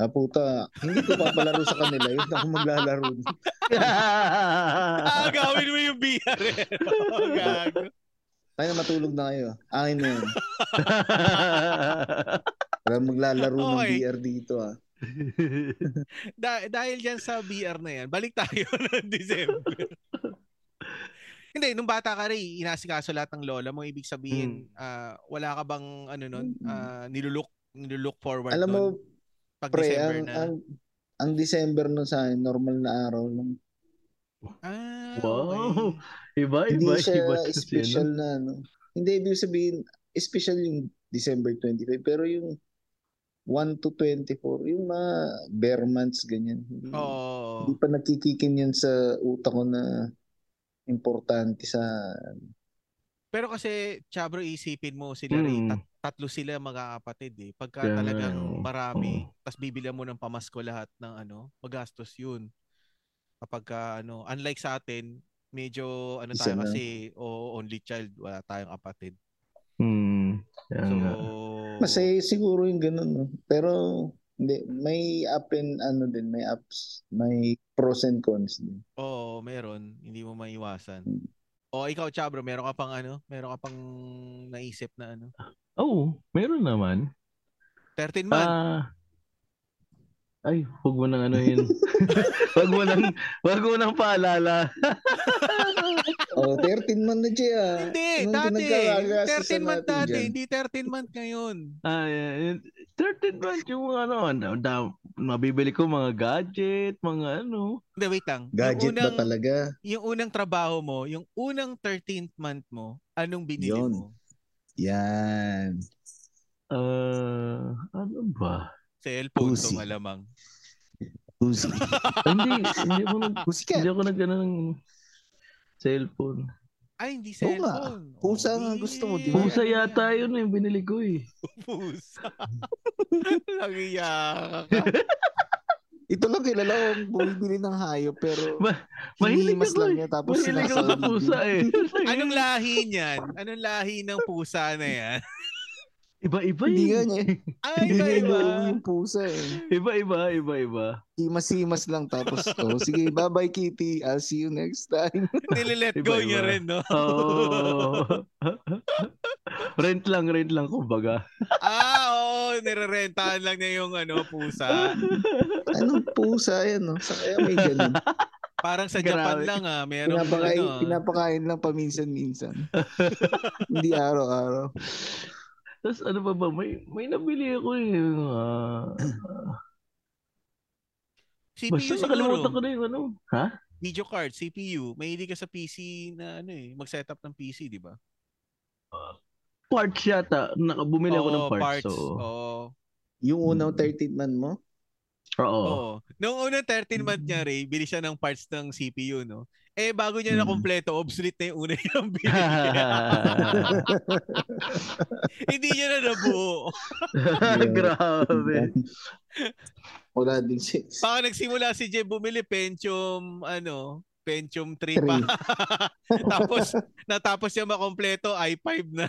B: Ah, puta. Hindi ko papalaro sa kanila. Yun ako maglalaro.
A: Ah, gawin mo yung VR. eh. Oh, gago.
B: Tayo na matulog na kayo. Akin na yun. Para maglalaro ng
A: Okay.
B: VR dito ah.
A: Da- dahil dyan sa VR na yan, balik tayo ng December. Hindi, nung bata ka rin, inasikaso lahat ng lola mo. Ibig sabihin,
B: Hmm.
A: ah, wala ka bang ano nun, ah, nilulook, nilulook forward
B: Alam mo,
A: nun pag
B: pre,
A: December
B: ang,
A: na.
B: ang, ang December nun sa akin, normal na araw lang.
A: ah,
C: wow.
A: okay.
C: Iba,
B: Hindi
C: iba,
B: siya
C: iba. siya,
B: special na ano. Hindi, ibig sabihin, special yung December 25, pero yung 1 to 24, yung mga bare months, ganyan. Hindi,
A: Oo.
B: hindi pa nakikikin yan sa utak ko na importante sa...
A: Pero kasi, Chabro, isipin mo sila rin,
C: Hmm.
A: tat- tatlo sila magkakapatid eh. Pagka
C: Kaya nga,
A: talagang
C: oo.
A: marami, tas bibilan mo ng pamasko lahat ng ano, magastos yun. Kapag ka, ano, unlike sa atin, medyo ano
B: Isa
A: tayo
B: na.
A: kasi o only child, wala tayong kapatid.
C: yun. Hmm. Kaya
B: Ah,
A: So,
C: nga.
B: Masaya siguro yung ganun. no? Pero hindi, may up and ano din, may ups, may pros and cons din.
A: oo, meron, hindi mo maiwasan.
B: Hmm.
A: O ikaw, Chabro, meron ka pang ano, meron ka pang naisip na ano.
C: Oh, meron naman.
A: 13 month.
C: Ah. ay, huwag mo nang ano yun. huwag mo nang, huwag mo nang paalala.
B: Oh, 13 man na siya. ah.
A: hindi,
B: Anong
A: dati.
B: pinagkakagastusan
A: 13 month
B: natin
A: dati,
B: dyan?
A: hindi 13 month ngayon.
C: Ay, ay, 13 months yung ano, ang dam- dam- mabibili ko mga gadget, mga ano.
A: Hindi, wait lang.
B: Gadget
A: yung unang,
B: ba talaga?
A: Yung unang trabaho mo, yung unang 13th month mo, anong binili
B: Yun.
A: mo?
B: Yan.
C: Ah, ano ba?
A: Cellphone to
B: Pussy.
A: malamang.
B: Pussy.
C: Ah, hindi, hindi ako nag,
B: Pussy ka.
C: hindi ako nag ano, ng cellphone.
A: Ay, hindi
B: Oo nga.
A: cellphone.
B: Pusa
A: Oh,
B: nga
A: di-
B: gusto mo, di ba?
C: Pusa
A: ano
C: yata
A: yan?
C: yun yung binili ko eh.
A: Pusa. Nangiya ka.
B: Ito lang kilala ko, bumibili ng hayop pero
C: Ma- Mahilig
B: hinihimas
C: ako
B: lang
C: eh.
B: niya tapos
C: Mahilig ako
B: sinasawag
C: sa pusa eh.
A: Anong lahi niyan? Anong lahi ng pusa na yan?
C: Iba-iba
B: Hindi nga
C: yun.
B: niya.
A: Ay,
B: Hindi niya
A: iba.
B: inuwi yung pusa eh.
C: Iba-iba, iba-iba.
B: Himas-himas lang tapos, oh, sige, bye-bye Kitty. I'll see you next time.
A: Nililet go
C: Iba-iba.
A: niya rin, no?
C: Oo. Oh. rent lang, rent lang, kumbaga.
A: ah, oo. Nirerentahan lang niya yung ano, pusa.
B: Anong Ano, pusa yan? No? Sa kaya may ganun.
A: Parang sa
C: Grabe.
A: Japan lang, ah. Merong
B: Pinapakain,
A: ano, ah.
B: pinapakain lang paminsan-minsan. Hindi araw-araw.
C: Tapos ano pa ba, may, may nabili ako eh. ah,
A: CPU
C: basta
A: siguro.
C: nakalimutan ko na yung ano. Ha?
A: video card, CPU, mahilig ka sa PC na ano eh, mag-setup ng PC, di ba?
C: Parts yata. Naka, bumili ako ng
A: Oo, Oh,
C: parts.
A: parts. oh,
C: So, oo.
A: Oo.
B: Yung unang 13th man mo,
A: Oo. Noong unang 13 month
C: Mm.
A: niya, Ray, bili siya ng parts ng CPU, no? Eh, bago niya
B: Mm.
A: na kompleto, obsolete na yung una niyang bili. Hindi niya na nabuo. Oh,
C: Grabe.
B: wala din siya.
A: Baka nagsimula si Jeb bumili Pentium, ano, Pentium 3 pa.
B: Three.
A: Tapos, natapos niya makompleto, i5 na.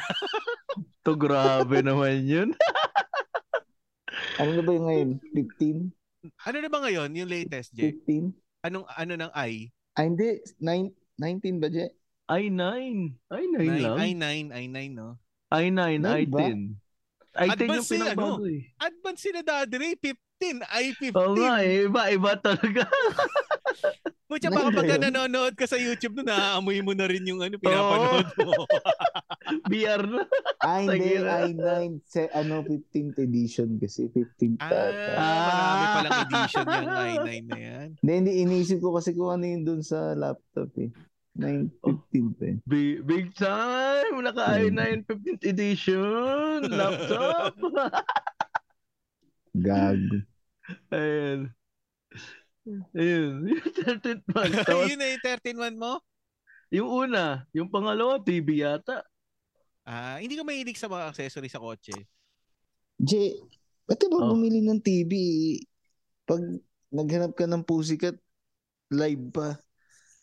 C: To grabe naman yun.
B: Ano na ba yung ngayon? 15?
A: Ano na ba ngayon, yung latest, Jeb?
B: 15?
A: Anong, ano ng i?
B: Ah, hindi. Nine, 19 ba, Je?
C: I9. I9
A: Nine-
C: lang.
A: i9, i9, no?
C: I9,
B: Meron ba?
C: I10. I10 yung
A: Advance eh,
C: pinagbago eh.
A: Advance sila dadre, 15, I-15.
C: Oo nga eh, iba-iba talaga.
A: Kutya, baka pagka
B: Meron.
A: nanonood ka sa YouTube na naaamoy mo na rin yung ano, pinapanood
C: Oh.
A: mo.
C: BR na.
B: Ah, hindi.
C: Sige na.
B: I9, se- ano, 15th edition kasi. 15th ata.
A: ah, marami palang edition yung I9 na yan.
B: Hindi, hindi. Iniisip ko kasi kung ano yun dun sa laptop eh. 9,
A: Oh.
B: 15th eh.
C: Big, big time! Naka i9 15th edition! Laptop!
B: Gago.
C: Ayan. Ayun. Yung 13th month. Tapos,
A: Yun na yung 13-1 eh, mo?
C: yung una, yung pangalawa, TV yata.
A: Ah, hindi ka mahilig sa mga accessory sa kotse.
B: Jay, ba't ka ba
C: Oh.
B: bumili ng TV? Pag naghanap ka ng pusikat, live pa.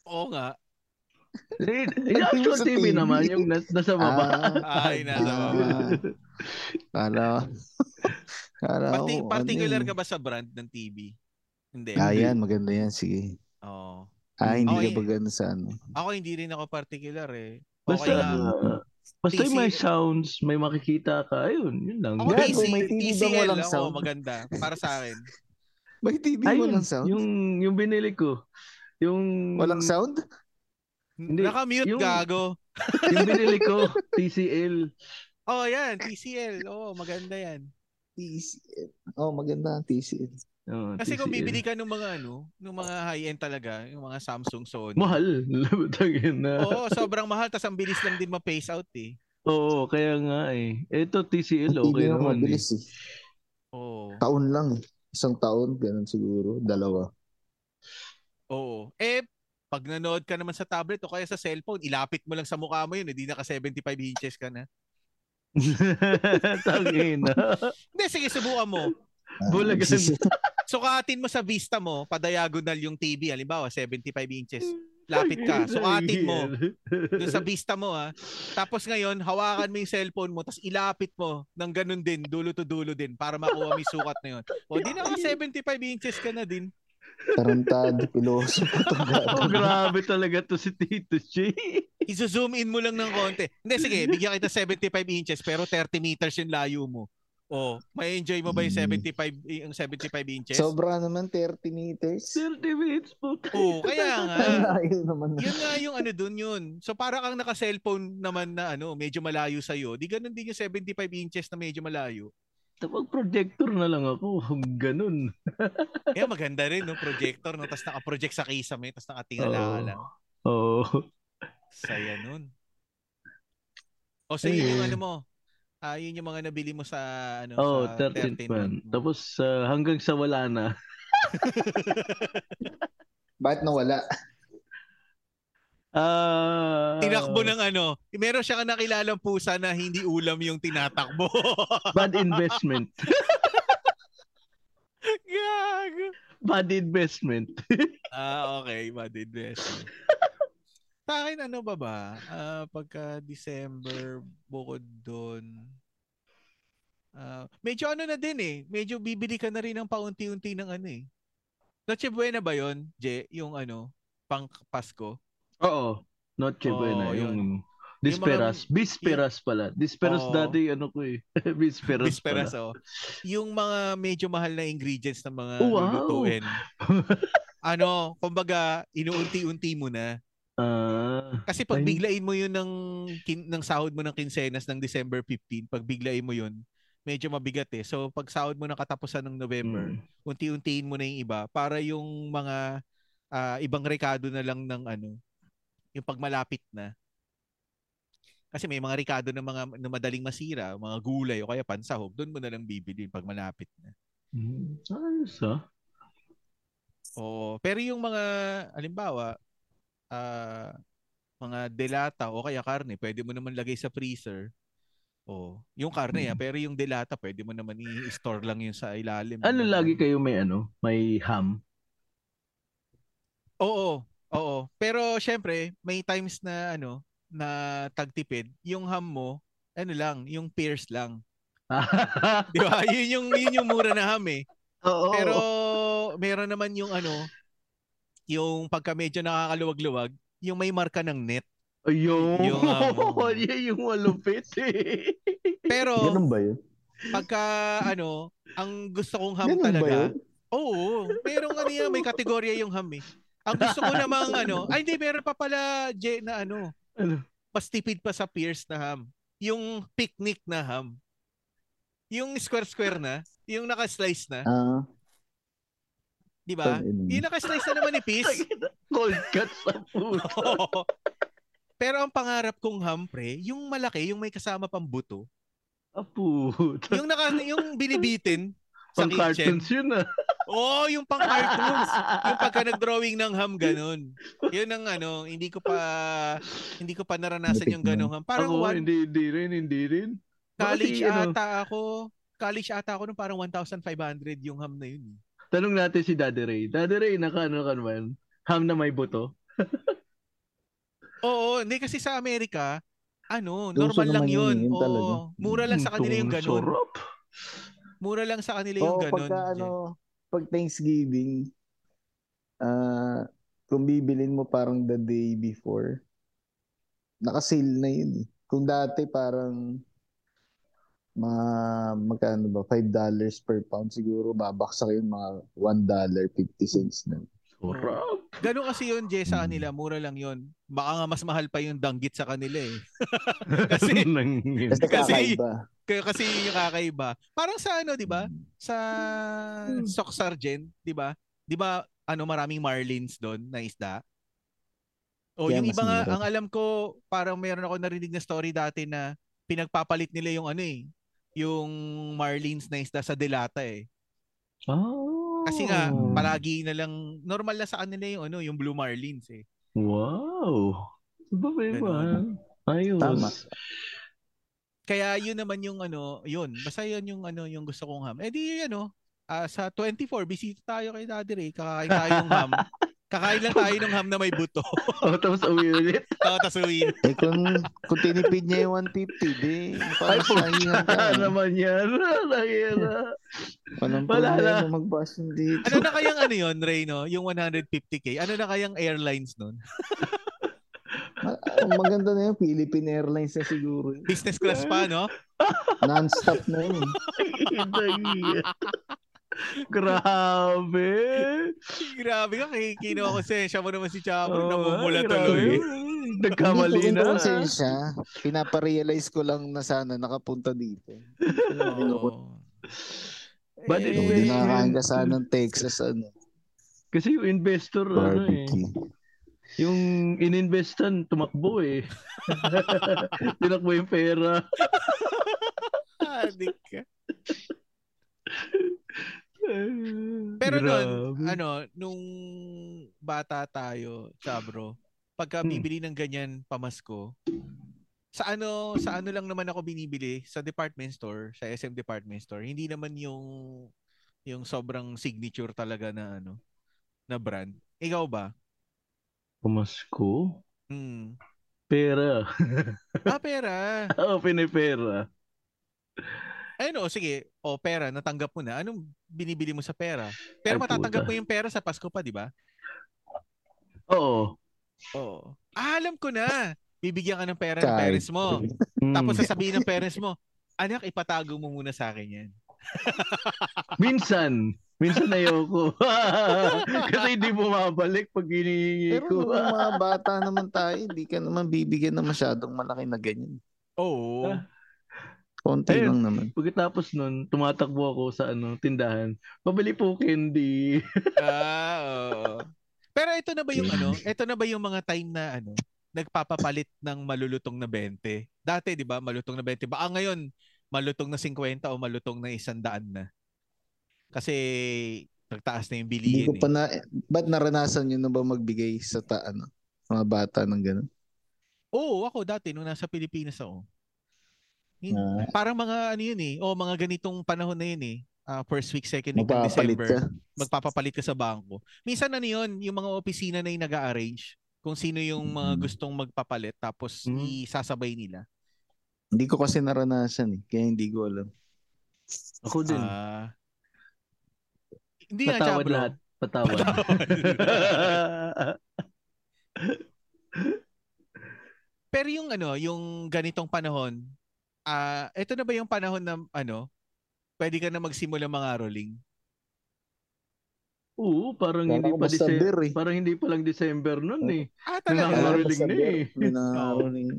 A: Oo nga.
C: Eh, Yung actual
B: Sa Ah, TV.
C: TV, naman, yung nas- nasa baba.
A: Ay, nasa baba.
B: Kala. Kala ko,
A: Parti-
B: ano
A: particular
B: eh.
A: ka ba sa brand ng TV? Hindi.
B: Ah, yan. Maganda yan. Sige.
A: Oo.
B: Ah, hindi
A: Okay.
B: ka ba ganun sa ano?
A: Ako hindi rin ako particular eh.
C: Basta,
A: Okay lang.
C: uh, basta yung may
A: TCL.
C: sounds, may makikita ka, ayun, yun lang.
A: Ako
B: Gago,
A: TC-
B: may TV bang
A: TCL
B: walang
A: ako,
B: sound?
A: maganda. Para sa akin.
B: May TV
C: Ayun,
B: walang sound?
C: yung, yung binili ko. Yung,
B: Walang sound?
A: Hindi,
C: Hindi,
A: Nakamute
C: yung-
A: gago.
C: yung binili ko, TCL.
A: Oh, yan. TCL. Oo, maganda yan.
B: TCL. Oh, maganda ang TCL.
C: Oo,
A: Kasi kung
C: TCL.
A: bibili ka ng mga ano, ng mga high-end talaga, yung mga Samsung, Sony.
C: Mahal. Tangin na. Oo,
A: Oo, sobrang mahal. Tapos ang bilis lang din ma-pace out eh.
C: kaya nga eh. Ito
B: Ang
C: TCL okay
B: TV mo
C: naman eh.
B: mabilis eh.
A: Oo.
B: Taon lang eh. Isang taon, ganun siguro. Dalawa.
A: Oo. Eh, pag nanood ka naman sa tablet o kaya sa cellphone, ilapit mo lang sa mukha mo yun, hindi naka 75 inches ka na.
C: Tangin na.
A: Hindi, sige, subukan mo.
B: Ah,
C: Bulagan.
B: nagsisi-
A: Sukatin mo sa vista mo, padiagonal yung TV, halimbawa 75 inches. Lapit ka, sukatin mo dun sa vista mo ha. Tapos ngayon, hawakan mo yung cellphone mo, tapos ilapit mo ng ganun din, dulo to dulo din, para makuha mo yung sukat na yun. O, di naka 75 inches ka na din.
B: Tarantado, piloso.
C: Oh, grabe talaga to si Tito J.
A: Izo-zoom in mo lang ng konti. Hindi, sige, bigyan kita 75 inches pero 30 meters yung layo mo. O, may enjoy mo ba yung 75, yung 75 inches?
B: Sobra naman, 30 meters.
C: 30 minutes po.
A: Oo, kaya nga.
B: Ang layo naman.
A: Yun nga yung ano dun yun. So para kang naka-cellphone naman na ano, medyo malayo sa'yo. Di ganun din yung 75 inches na medyo malayo.
C: Tapos projector na lang ako. Ganun.
A: Kaya maganda rin, no? Projector, no? Tapos naka-project sa kisame, tapos nakatingala ka lang.
C: Oo.
A: Saya nun. O so yun yung ano mo. Ah, yun yung mga nabili mo sa ano
C: Oo,
A: sa month
C: 13 man.
A: mo.
C: Tapos ah, hanggang sa wala na.
B: Bakit nawala?
C: Ah.
A: Tinakbo ng ano, meron siyang nakilalang pusa na hindi ulam yung tinatakbo.
C: Bad investment.
A: Gago.
C: Bad investment.
A: Ah, okay, bad investment. Sa akin, ano ba ba? Ah, pagka December, bukod doon, ah, medyo ano na din eh. Medyo bibili ka na rin ng paunti-unti ng ano eh. Noche Buena ba yon Je? Yung ano, pang Pasko?
C: Oo. Noche
A: Oo,
C: Buena.
A: yun.
C: Yung Bisperas. Bisperas pala. Bisperas
A: Oo.
C: dati ano ko eh. Bisperas,
A: Bisperas, oh.
C: pala.
A: Yung mga medyo mahal na ingredients ng mga
C: Wow.
A: lulutuin. ano, kumbaga, inuunti-unti mo na.
C: Ah.
A: Kasi pag
C: Ay.
A: biglain mo yun ng, kin- ng sahod mo ng kinsenas ng December 15, pag biglain mo yun, medyo mabigat eh. So pag sahod mo ng katapusan ng November,
C: mm.
A: unti-untiin mo na yung iba para yung mga ah, ibang rekado na lang ng ano, yung pagmalapit na. Kasi may mga rekado na mga na madaling masira, mga gulay o kaya pansahog, doon mo na lang bibili pag malapit na.
C: Mm. Ayos ah.
A: Oo. Pero yung mga, alimbawa, ah, mga delata o kaya karne, pwede mo naman lagay sa freezer. Oo. Yung karne,
C: Mm.
A: ah, pero yung delata, pwede mo naman i-store lang yun sa ilalim.
C: Ano lagi kayo may ano? May ham?
A: Oo. Oo. Pero syempre, may times na ano, na tagtipid, yung ham mo, ano lang, yung pierce lang. Di ba? Yun yung, yun yung mura na ham eh.
C: Oo.
A: Pero meron naman yung ano, yung pagka medyo nakakaluwag-luwag, yung may marka ng net.
C: Ayun.
A: Yung um, amo.
C: Yan yung malupit eh.
A: Pero
E: Ganun ba yun?
A: pagka ano, ang gusto kong ham
B: Ganun ba
A: talaga.
B: yun?
A: Oo, merong ano yan, may kategorya yung ham eh. Ang gusto ko namang ano, ay hindi, meron pa pala J na ano,
C: Ano?
A: mas tipid pa sa Pierce na ham. Yung picnic na ham. Yung square-square na, yung naka-slice na,
B: Ah,
A: di
C: Diba?
A: ba? Yung naka-slice na naman ni Pierce.
C: Cold cut sa puto.
A: Oo. Pero ang pangarap kong hampre, yung malaki, yung may kasama pang buto,
C: Ah, puto.
A: yung naka yung binibitin sa kitchen.
C: Pang cartoons yun ah.
A: Oo, oh, yung pang cartoons. yung pagka nag-drawing ng ham ganun. Yun ang ano, hindi ko pa hindi ko pa naranasan yung ganung ham. Parang
C: Ako,
A: one
C: hindi, hindi rin, hindi rin.
A: college
C: Kasi, ano,
A: ata ako, college ata ako nung parang 1,500 yung ham na yun. eh.
C: Tanong natin si Daddy Ray. Daddy Ray, naka ano ka naman? Ham na may buto?
A: Oo, hindi kasi sa Amerika, ano,
B: Uso
A: normal lang
B: naman
A: yun.
B: yun eh, yun
A: Oo,
B: talaga.
A: mura lang sa kanila yung
C: Ang
A: ganun.
C: Mm, Sarap.
A: Mura lang sa kanila yung
B: Oo,
A: ganun.
B: pagka ano, pag Thanksgiving, ah, kung bibilin mo parang the day before, naka-sale na yun. eh. Kung dati parang ma magkano ba, $5 per pound siguro, babaksak yun mga $1.50 na.
C: Sarap.
A: Ganun kasi yun, Jay, sa
B: Mm.
A: kanila. Mura lang yun. Baka nga mas mahal pa yung danggit sa kanila eh. kasi,
C: Nangin.
B: Kasi,
A: Kasi-
B: kakaiba.
A: kaya kasi yun yung kakaiba. Parang sa ano, di ba? Sa
B: Hmm.
A: Stock Sergeant, di ba? Di ba, ano, maraming marlins doon na isda? O
B: Kaya
A: yung
B: mas
A: iba nga,
B: mura.
A: ang alam ko, parang meron ako narinig na story dati na pinagpapalit nila yung ano eh, yung marlins na isda sa delata eh.
B: Ah.
C: Oh.
A: Kasi nga, palagi na lang, normal na sa kanila yung ano, yung blue marlins eh.
C: Wow. Diba ba
A: Ganun.
C: Ayos.
B: Tama.
A: Kaya yun naman yung ano, yun. Basta yun yung ano, yung gusto kong ham. Eh di ano, ah, sa 24, bisita tayo kay Daddy Ray. Kakain tayo ng ham. Kakain lang tayo ng ham na may buto.
C: Oh, tapos uwi ulit.
A: Tapos tasuin.
B: Eh kung, kung tinipid niya yung 150, di,
C: Ay,
B: parang sayangan ka.
C: puta naman Ano yan. Nakira.
B: Walang
C: Wala na.
B: problema mag-bashing dito.
A: Ano na kayang ano yun, Ray, no? Yung 150k. Ano na kayang airlines nun?
B: Ma- Ah, ang maganda na yung Philippine Airlines na siguro. yun.
A: Business class pa, no?
B: Non-stop na yun. eh.
C: Grabe.
A: Grabe ka, kikino ako siya. Siya mo naman si Chapo
C: Oo,
A: na namumula
C: grabe.
A: tuloy.
C: Nagkamali
B: Hindi ko
C: na.
B: Konsensya, pinaparealize ko lang na sana nakapunta dito.
A: Oo.
C: But
A: Eh,
B: Kung hindi
C: anyway,
B: nakakain ka sana ng Texas, ano,
C: eh. Kasi yung investor, ano eh,
B: barbecue.
C: yung ininvestan, tumakbo eh. Tinakbo yung pera.
A: adik Eh, ka. Pero
C: Grabe.
A: nun, ano, nung bata tayo, Chabro, pagka
C: Hmm.
A: bibili ng ganyan pamasko, sa ano, sa ano lang naman ako binibili, sa department store, sa SM department store, hindi naman yung yung sobrang signature talaga na ano, na brand. Ikaw ba?
C: Oh, Pamasko?
A: Hmm.
C: Pera.
A: Ah, pera.
C: Oo, pinipera.
A: Ano, sige, o pera, natanggap mo na. Anong binibili mo sa pera? Pero
C: Ay,
A: matatanggap
C: puta.
A: mo yung pera sa Pasko pa, di ba?
C: Oo.
A: Oo. Ah, alam ko na. Bibigyan ka ng pera ng
B: Kahit.
A: parents mo.
B: Hmm.
C: Mm.
A: Tapos sasabihin ng parents mo, anak, ipatago mo muna sa akin yan.
C: Minsan. Minsan ayoko. Kasi hindi bumabalik pag hinihingi
B: Pero
C: ko.
B: nung mga bata naman tayo, di ka naman bibigyan ng masyadong malaki na ganyan.
A: Oo.
C: Ah.
B: Konti
C: Ayun.
B: lang naman.
C: Pagkatapos nun, tumatakbo ako sa ano, tindahan. Pabili po candy.
A: Ah, oo. Pero ito na ba yung ano?
B: Hmm.
A: Ito na ba yung mga time na ano? nagpapapalit ng malulutong na 20. Dati, di ba, malutong na 20. Baka ngayon, malutong na 50 o malutong na 100 na. Kasi, nagtaas na yung bilihin.
B: Hindi ko
A: eh.
B: pa na, ba't naranasan nyo na ba magbigay sa ta, ano, mga bata ng gano'n?
A: Oo, ako dati, nung nasa Pilipinas ako. Yun,
B: Ah.
A: Parang mga ano yun eh. O, mga ganitong panahon na yun eh. Ah, first week, second week ng
B: Magpapalit
A: December.
B: ka.
A: magpapapalit ka sa bangko. Minsan ano yun, yung mga opisina na yung nag-arrange kung sino yung mga
B: Mm.
A: gustong magpapalit tapos
C: Mm.
A: isasabay nila.
B: Hindi ko kasi naranasan eh, kaya hindi ko alam.
C: Ako din.
A: Ah. hindi nga,
C: patawad
A: Chabro.
C: lahat. Patawad.
A: Patawad. Pero yung ano, yung ganitong panahon, ah, ito na ba yung panahon na ano, pwede ka na magsimula mga rolling?
C: Oo, parang
B: Wala
C: hindi
B: ko
C: pa December,
B: December eh.
C: parang hindi pa lang December noon eh.
A: Ah,
C: Wala
A: talaga.
C: akong rolling na eh.
B: Nangaroling.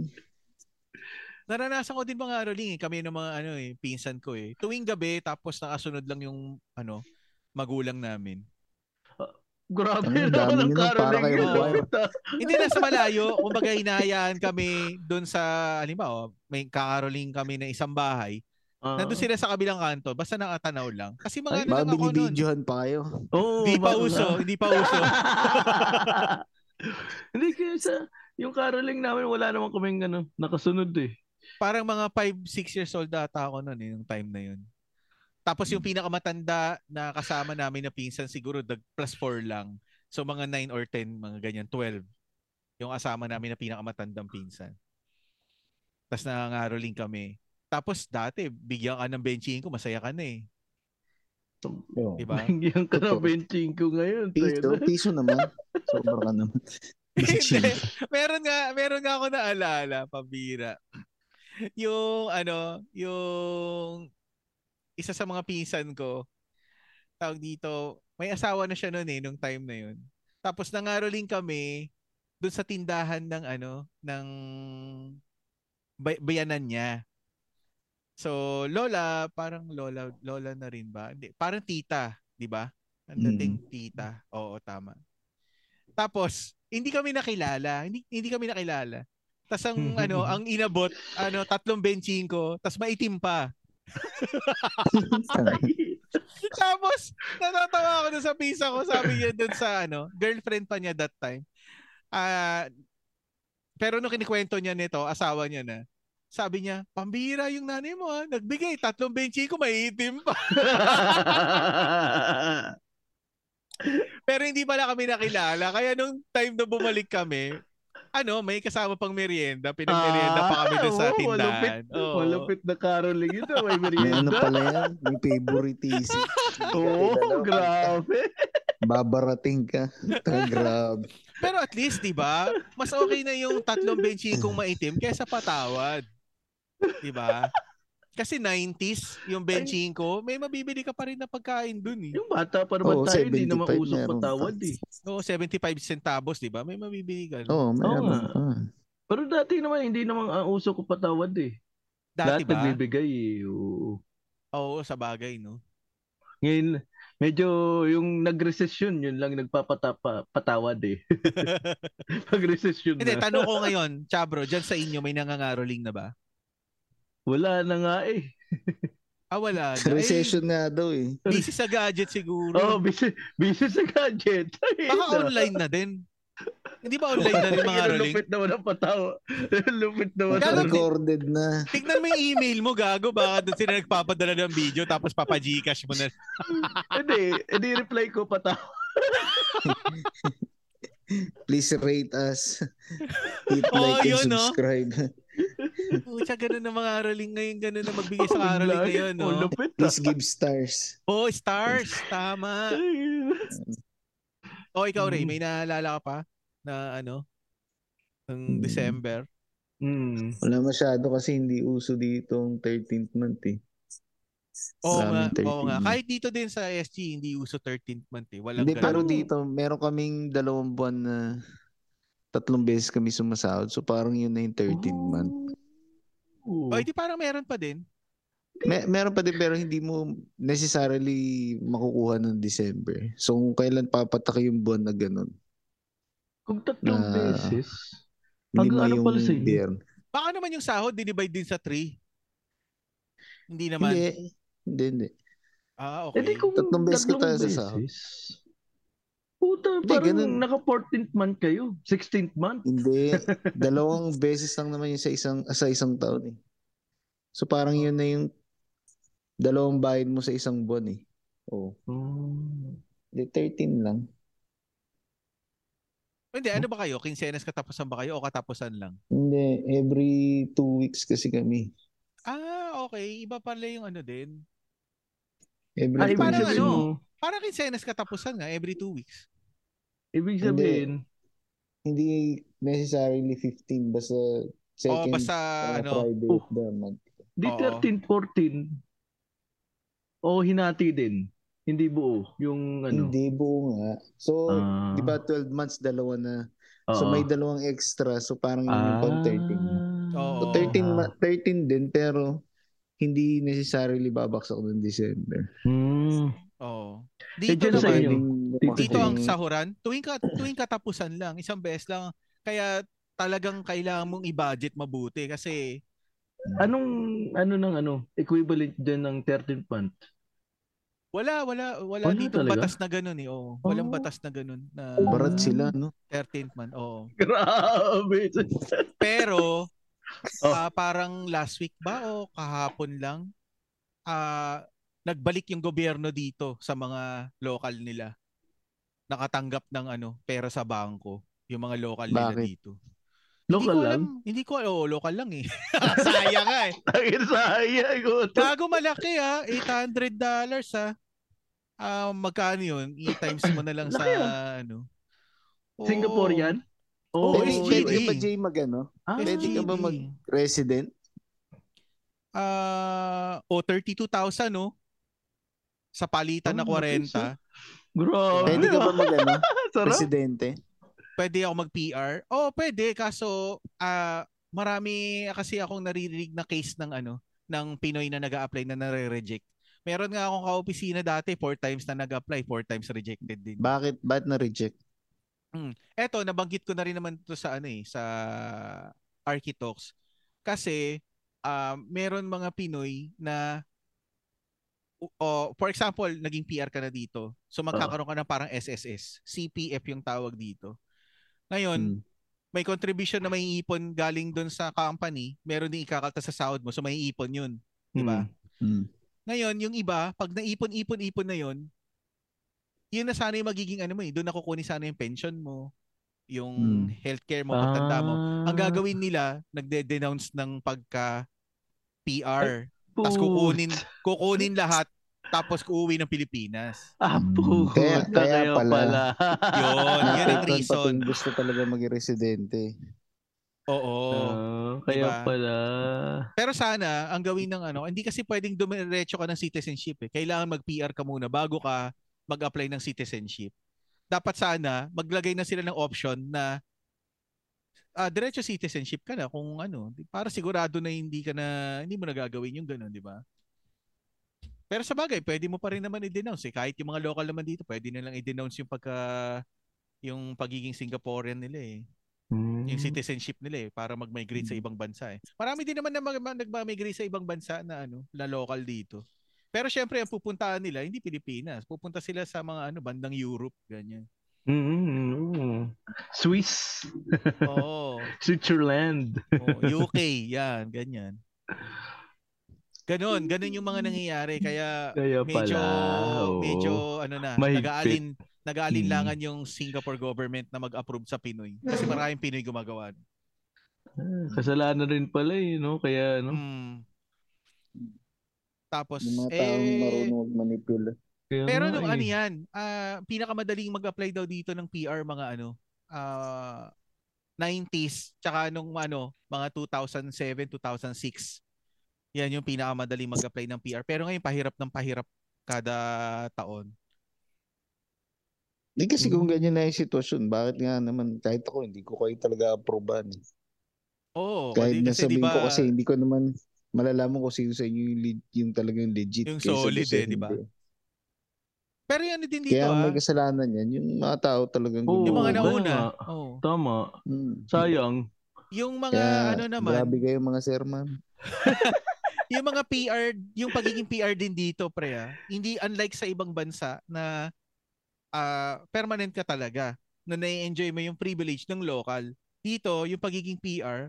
A: Naranasan ko din mga rolling eh. Kami ng mga ano eh, pinsan ko eh. Tuwing gabi, tapos nakasunod lang yung ano, magulang namin.
C: Grabe
B: Ang
C: na
B: dami nyo
C: ng
B: nun, para
C: Caroling.
B: kayo
A: buhay.
C: Ah,
A: Hindi na sa malayo. Kumbaga, hinahayaan kami doon sa, halimbawa, may kakaroling kami na isang bahay. Nandun sila sa kabilang kanto. Basta nakatanaw lang. Kasi mga ano
B: Mga
A: lang ako noon.
B: binibidyohan pa kayo.
C: Oo,
A: Hindi pa
C: bago na.
A: uso. Hindi pa uso.
C: Hindi kaya sa yung caroling namin wala naman kaming ano, nakasunod eh.
A: Parang mga 5-6 years old ata ako noon eh, yung time na yun. Tapos yung pinakamatanda na kasama namin na pinsan siguro dag plus 4 lang. So mga 9 or 10, mga ganyan, 12. Yung asama namin na pinakamatandang pinsan. Tapos nangangaroling kami. Tapos dati, bigyan ka ng benching ko, masaya ka na eh.
C: Oh.
B: Yo.
A: Diba?
C: Nangyayang ka na
B: Totoo.
C: 25 ko ngayon.
B: Eh, Piso,
C: Tayo na.
B: piso naman. ano. Sobra ka naman.
A: Hindi. meron nga, meron nga ako naalala, pabira. Yung ano, yung isa sa mga pinsan ko, tawag dito, may asawa na siya noon eh, nung time na yun. Tapos nangaroling kami doon sa tindahan ng ano, ng bay- bayanan niya. So, lola, parang lola, lola na rin ba? Hindi, parang tita, di ba? Ang dating tita. Oo, tama. Tapos, hindi kami nakilala. Hindi, hindi kami nakilala. Tapos ang, ano, ang inabot, ano, tatlong benching ko, tapos maitim pa. Tapos, natatawa ako dun sa pisa ko. Sabi niya dun sa, ano, girlfriend pa niya that time. Ah, pero nung kinikwento niya nito, asawa niya na, sabi niya, pambira yung nanay mo ha. Nagbigay, tatlong benching ko, maitim pa. Pero hindi pala kami nakilala. Kaya nung time na bumalik kami, ano, may kasama pang merienda. Pinagmerienda pa kami doon sa
C: Ah, oo,
A: tindahan.
C: Malupit,
A: Oo.
C: malupit na caroling ito. May
B: May ano
C: merienda.
B: pala yan? May favoritism.
C: Oo,
B: Dalawa.
C: grabe.
B: Babarating ka. Taka, grabe.
A: Pero at least, di ba, mas okay na yung tatlong benching kong maitim kaysa patawad. Di ba? Kasi 90s, yung benching ko, may mabibili ka pa rin na pagkain dun eh.
C: Yung bata pa
B: Oo,
C: naman tayo, hindi na
B: 75
C: mausok
B: meron
C: patawad
B: pa.
C: eh.
A: Oo, 75 centavos, di ba? May mabibili ka. nun.
B: Oo, meron
C: nga.
B: pa.
C: Pero dati naman, hindi naman ang uso ko patawad eh.
A: Dati
C: Lahat
A: ba?
C: nagbibigay eh. Oo.
A: Oo, sa bagay, no?
C: Ngayon, medyo yung nag-recession, yun lang nagpapatawad eh. Pag recession
A: Hindi,
C: na.
A: tanong ko ngayon, Chabro, dyan sa inyo, may nangangaroling na ba?
C: Wala na nga eh.
A: Ah, wala na.
B: Recession nga daw eh.
A: Eh, busy sa gadget siguro.
C: Oh, busy, busy sa gadget. Ayun
A: Baka
C: na.
A: online na din. Hindi ba online na rin mga
C: Ayun, ang
A: rolling?
C: lupit naman ang patawa. Ang lupit naman.
A: Ganon din.
C: ang-
B: Recorded na.
A: Tignan mo yung email mo, gago. Baka doon sila nagpapadala ng video tapos papagcash mo na.
C: Hindi, hindi reply ko patawa.
B: Please rate us. Hit
A: Oo,
B: like
A: yun,
B: and
A: no?
B: subscribe.
A: Pucha, ganun na mga rolling ngayon. Ganun na magbigay sa
C: Ang
A: karoling
C: lag.
A: ngayon,
C: Ang
A: no?
C: lupit ah.
B: Please give stars.
A: Oh, stars. Tama.
C: Ayun.
A: O, oh, ikaw, Ray,
B: Mm.
A: may naalala ka pa na ano? Ng
B: Hmm.
A: December.
C: Hmm.
B: Wala masyado kasi hindi uso dito ang 13th month eh.
A: Oo nga,
B: Maraming
A: oo
B: 13
A: nga.
B: yun.
A: Kahit dito din sa SG, hindi uso 13th month eh. Walang
B: Hindi,
A: ganun.
B: pero
C: ganun.
B: dito, meron kaming dalawang buwan na tatlong beses kami sumasahod. So parang yun na yung 13th
C: Oh,
B: month.
C: Oo.
A: O, hindi Oh, parang meron pa din.
B: Me- meron pa din pero hindi mo necessarily makukuha ng December. So kung kailan papatak yung buwan na ganun.
C: Kung tatlong
B: Na-
C: beses.
B: Hindi
C: Hanggang
B: mo
C: ano
B: yung
C: pala sa inyo?
B: beer.
A: Baka naman yung sahod, dinivide din sa 3. Hindi naman.
B: Hindi. Hindi, hindi.
A: Ah,
C: Eh
A: okay.
C: di kung
B: Tatlong beses ko tayo
C: beses.
B: sasahod.
C: Puta,
B: Hindi,
C: parang
B: ganun.
C: naka 14th month kayo. 16th month.
B: Hindi. Dalawang beses lang naman yun sa isang, sa isang taon eh. So parang yun na yung dalawang bayad mo sa isang buwan eh. Oo.
D: Oh.
C: Hmm.
B: Hindi, 13 lang.
A: Hindi, ano ba kayo? Quincenas katapusan ba kayo o katapusan lang?
B: Hindi, every two weeks kasi kami.
A: Ah, okay. Iba pala yung ano din.
B: Every
C: Ah,
B: two
C: ibig
A: parang
B: weeks.
C: sabihin
A: ano?
C: mo,
A: Parang quincenas katapusan nga every two weeks.
C: ibig sabihin,
B: Hindi necessarily 15, basta
A: O basta
D: uh,
A: ano,
D: Friday of the month.
C: Di
A: Oo.
C: 13, 14. O hinati din. Hindi buo. Yung ano.
D: Hindi buo nga. So,
C: Ah,
D: di ba 12 months, dalawa na.
C: oo.
D: So, may dalawang extra. So, parang yun yung
C: Ah.
D: pang 13. na.
A: Oo.
D: So, 13, ma- 13 din, pero hindi necessarily babaksak ng December.
C: Hmm.
A: Oo.
C: Eh,
A: Dito,
C: dyan
A: naman,
C: sa inyo.
A: dito ang
D: Dito.
A: sahuran, tuwing, ka, tuwing katapusan lang, isang beses lang. Kaya talagang kailangan mong i-budget mabuti kasi
C: Anong, ano ng ano, equivalent din ng 13th month?
A: wala, wala, wala
C: Wala
A: dito
C: talaga?
A: batas na ganun eh. Oo. Walang
C: Oh.
A: batas na ganun na
D: Barat sila, no?
A: 13th man. Oo.
C: Grabe.
A: Pero
C: Oh.
A: ah, parang last week ba o kahapon lang ah, nagbalik yung gobyerno dito sa mga local nila. Nakatanggap ng ano, pera sa bangko yung mga local nila
B: Bakit?
A: dito. hindi ko
C: Local lang?
A: alam, hindi ko alam, oh, local lang eh. Sayang nga eh.
C: Ang sayang. utang.
A: Gago malaki ah, 800 dollars ah. Ah, magkano yun? I-times mo na lang sa
C: Laki
A: ano. Oo.
C: Singapore yan?
A: Oo,
B: Oh,
C: Oo. eh,
A: SG.
B: Pwede
A: SGD.
B: ba, Jay, mag ano?
C: Ah,
B: Pwede ka ba
A: SGD.
B: mag-resident?
A: Ah, o 32,000 no? Sa palitan na
C: Ah, okay,
A: 40,
C: sir. Grabe. ah,
B: Pwede ka ba mag ano?
C: Sarap.
B: Residente?
A: pwede ako mag-PR. Oo, pwede kaso ah marami kasi akong naririnig na case ng ano, ng Pinoy na nag-a-apply na nare-reject. Meron nga akong kaopisina dati, four times na nag-apply, four times rejected din.
B: Bakit? Ba't na-reject?
A: eto nabanggit ko na rin naman to sa ano eh sa Architox kasi ah, meron mga Pinoy na o- o, for example naging PR ka na dito so magkakaroon ka ng parang SSS CPF yung tawag dito ngayon
B: Hmm.
A: may contribution na may ipon galing doon sa company meron din ikakalta sa sahod mo so may ipon yun di ba
B: Hmm.
A: ngayon, yung iba, pag naipon-ipon-ipon na yon, yun na sana yung magiging ano mo eh. Doon nakukunin sana yung pension mo, yung
B: Hmm.
A: healthcare mo, pagtanda mo.
C: Ah,
A: Ang gagawin nila, nagde-denounce ng pagka PR. Tapos
C: put-
A: kukunin, kukunin lahat, tapos uuwi ng Pilipinas.
C: Ah, puta
B: Kaya-
D: kaya
C: kayo
D: pala.
C: pala.
A: Yun, yun ang
B: Napipon pa
A: reason.
B: kung gusto talaga maging residente.
A: Oo.
C: Ah, kaya
A: diba?
C: pala.
A: Pero sana, ang gawin ng ano, hindi kasi pwedeng dumiretso ka ng citizenship eh. Kailangan mag-PR ka muna bago ka mag-apply ng citizenship. dapat sana maglagay na sila ng option na ah, diretso citizenship ka na kung ano, di- para sigurado na hindi ka na hindi mo nagagawin yung ganun, di ba? Pero sa bagay, pwede mo pa rin naman i-denounce eh. Kahit yung mga local naman dito, pwede nilang i-denounce yung pagka yung pagiging Singaporean nila eh.
C: Hmm.
A: Yung
C: Mm.
A: citizenship nila eh para mag-migrate sa ibang bansa eh. Marami din naman na mag- mag- nagma-migrate sa ibang bansa na ano, na local dito. Pero syempre, ang pupuntahan nila, hindi Pilipinas. Pupunta sila sa mga ano, bandang Europe, ganyan.
C: Mm. Swiss,
A: Oo.
C: Switzerland.
A: Oh, UK, yan, ganyan. Ganon, ganon yung mga nangyayari. Kaya
C: Kaya
A: medyo,
C: pala. oo. Mm.
A: medyo ano na,
C: Mahigpit.
A: nag-aalin, nag-aalinlangan yung Singapore government na mag-approve sa Pinoy. Kasi maraming Pinoy gumagawa. nun.
C: Ah, Kasalanan rin pala eh, no? Kaya, no?
A: Mm. Tapos,
D: Yung mga taong
A: eh,
D: marunong mag-manipulate.
C: Kaya
A: pero
C: nga
A: nung
C: eh.
A: ano yan, ah, pinakamadaling mag-apply daw dito ng PR mga ano, ah, 90s, tsaka nung ano, mga 2007, 2006. Yan yung pinakamadaling mag-apply ng PR. Pero ngayon, pahirap ng pahirap kada taon.
B: Di kasi kung
C: Mm.
B: ganyan na yung sitwasyon, bakit nga naman, kahit ako, hindi ko kayo talaga aproban. eh.
A: Oo, kasi, kasi
B: kahit
A: di
B: nasabihin
A: ba,
B: ko kasi, hindi ko naman malalaman ko sino sa inyo yung, leg- yung talagang legit.
A: Yung
B: kaysa doon
A: solid
B: sa
A: eh, di ba?
B: hindi.
A: pero yan din dito
B: Kaya ang may
A: ah.
B: kasalanan yan, yung mga tao talagang
A: Yung mga
C: Oo, Oo,
B: gumagawa.
C: ganun
A: nauna.
C: nga.
A: Oo.
C: Tama.
B: Mm.
C: Sayang.
A: Yung mga
B: Kaya,
A: ano naman,
B: grabe kayo mga sir, ma'am.
A: yung mga PR, yung pagiging PR din dito, pre ah. Hindi unlike sa ibang bansa na ah, permanent ka talaga na nai-enjoy mo yung privilege ng local. Dito, yung pagiging PR,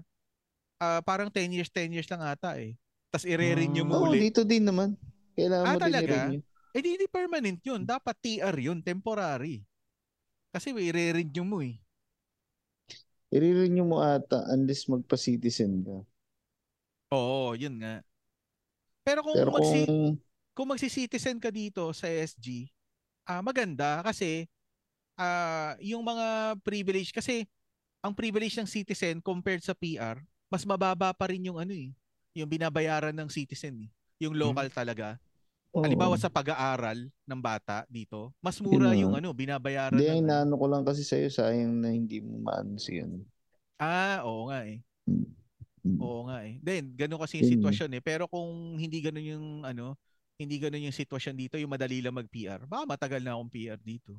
A: ah, parang 10 years, 10 years lang ata eh. Tapos i-renew
C: Ah.
A: mo
B: Oo,
A: ulit.
B: dito din naman. Kailangan
A: Ah,
B: mo din
A: talaga?
B: i-renew.
A: Eh Hmm. Oh, di, di permanent yun. Dapat TR yun, temporary. Kasi i-renew mo eh.
B: I-renew mo ata unless magpa-citizen ka.
A: Oo, yun nga. Pero kung,
B: Pero
A: magsi,
B: kung
A: kung magsi-citizen ka dito sa SG, ah, maganda kasi ah, yung mga privilege, kasi ang privilege ng citizen compared sa PR, mas mababa pa rin yung ano eh, yung binabayaran ng citizen eh. Yung local talaga.
B: Hmm. Oo.
A: Halimbawa sa pag-aaral ng bata dito, mas mura
B: Yun
A: yung
B: nga.
A: ano, binabayaran.
B: Hindi, ang
A: ng-
B: inaano ko lang kasi sa'yo, sayang na hindi mo maano si ano.
A: ah, oo nga eh.
B: Mm. Mm.
A: Oo nga eh. Then, ganun kasi yung
B: Yun.
A: sitwasyon eh. Pero kung hindi ganun yung ano, hindi ganun yung sitwasyon dito, yung madali lang mag-PR. Baka matagal na akong PR dito.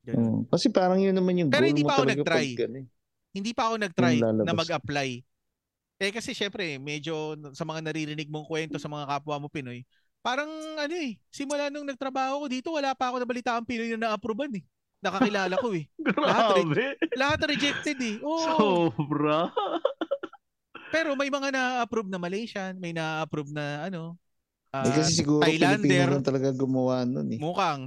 A: Ganun.
B: Oo. Kasi parang yun naman yung
A: Pero
B: goal
A: hindi
B: mo
A: pa ako
B: talaga
A: nag-try.
B: pag ganun eh.
A: Hindi pa ako nag-try
B: Yung lalabas.
A: na mag-apply. Eh kasi syempre, medyo sa mga naririnig mong kwento sa mga kapwa mo Pinoy, parang ano eh, simula nung nagtrabaho ko dito, wala pa ako nabalita ang Pinoy na na-approvean eh. Nakakilala ko eh.
C: Grabe.
A: Lahat rejected eh. Oo.
C: Sobra.
A: Pero may mga na-approve na Malaysian, may na-approve na ano, ah,
B: Eh, kasi siguro
A: Thailander.
B: Pilipino lang talaga gumawa nun eh.
A: Mukhang.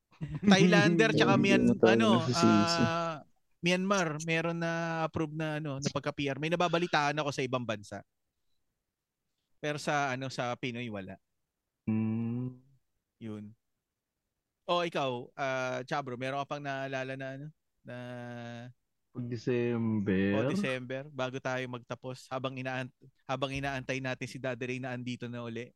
A: Thailander tsaka
B: Hindi
A: Mian,
B: mo talaga
A: ano,
B: nasisisi.
A: ah, Myanmar, meron na approve na ano, na pagka-PR. May nababalitaan ako sa ibang bansa. Pero sa ano sa Pinoy wala.
C: Hmm.
A: Yun. O ikaw, ah Chabro, meron ka pang naalala na ano na o
C: Pag December.
A: December bago tayo magtapos habang inaan habang inaantay natin si Daddy Ray na andito na uli.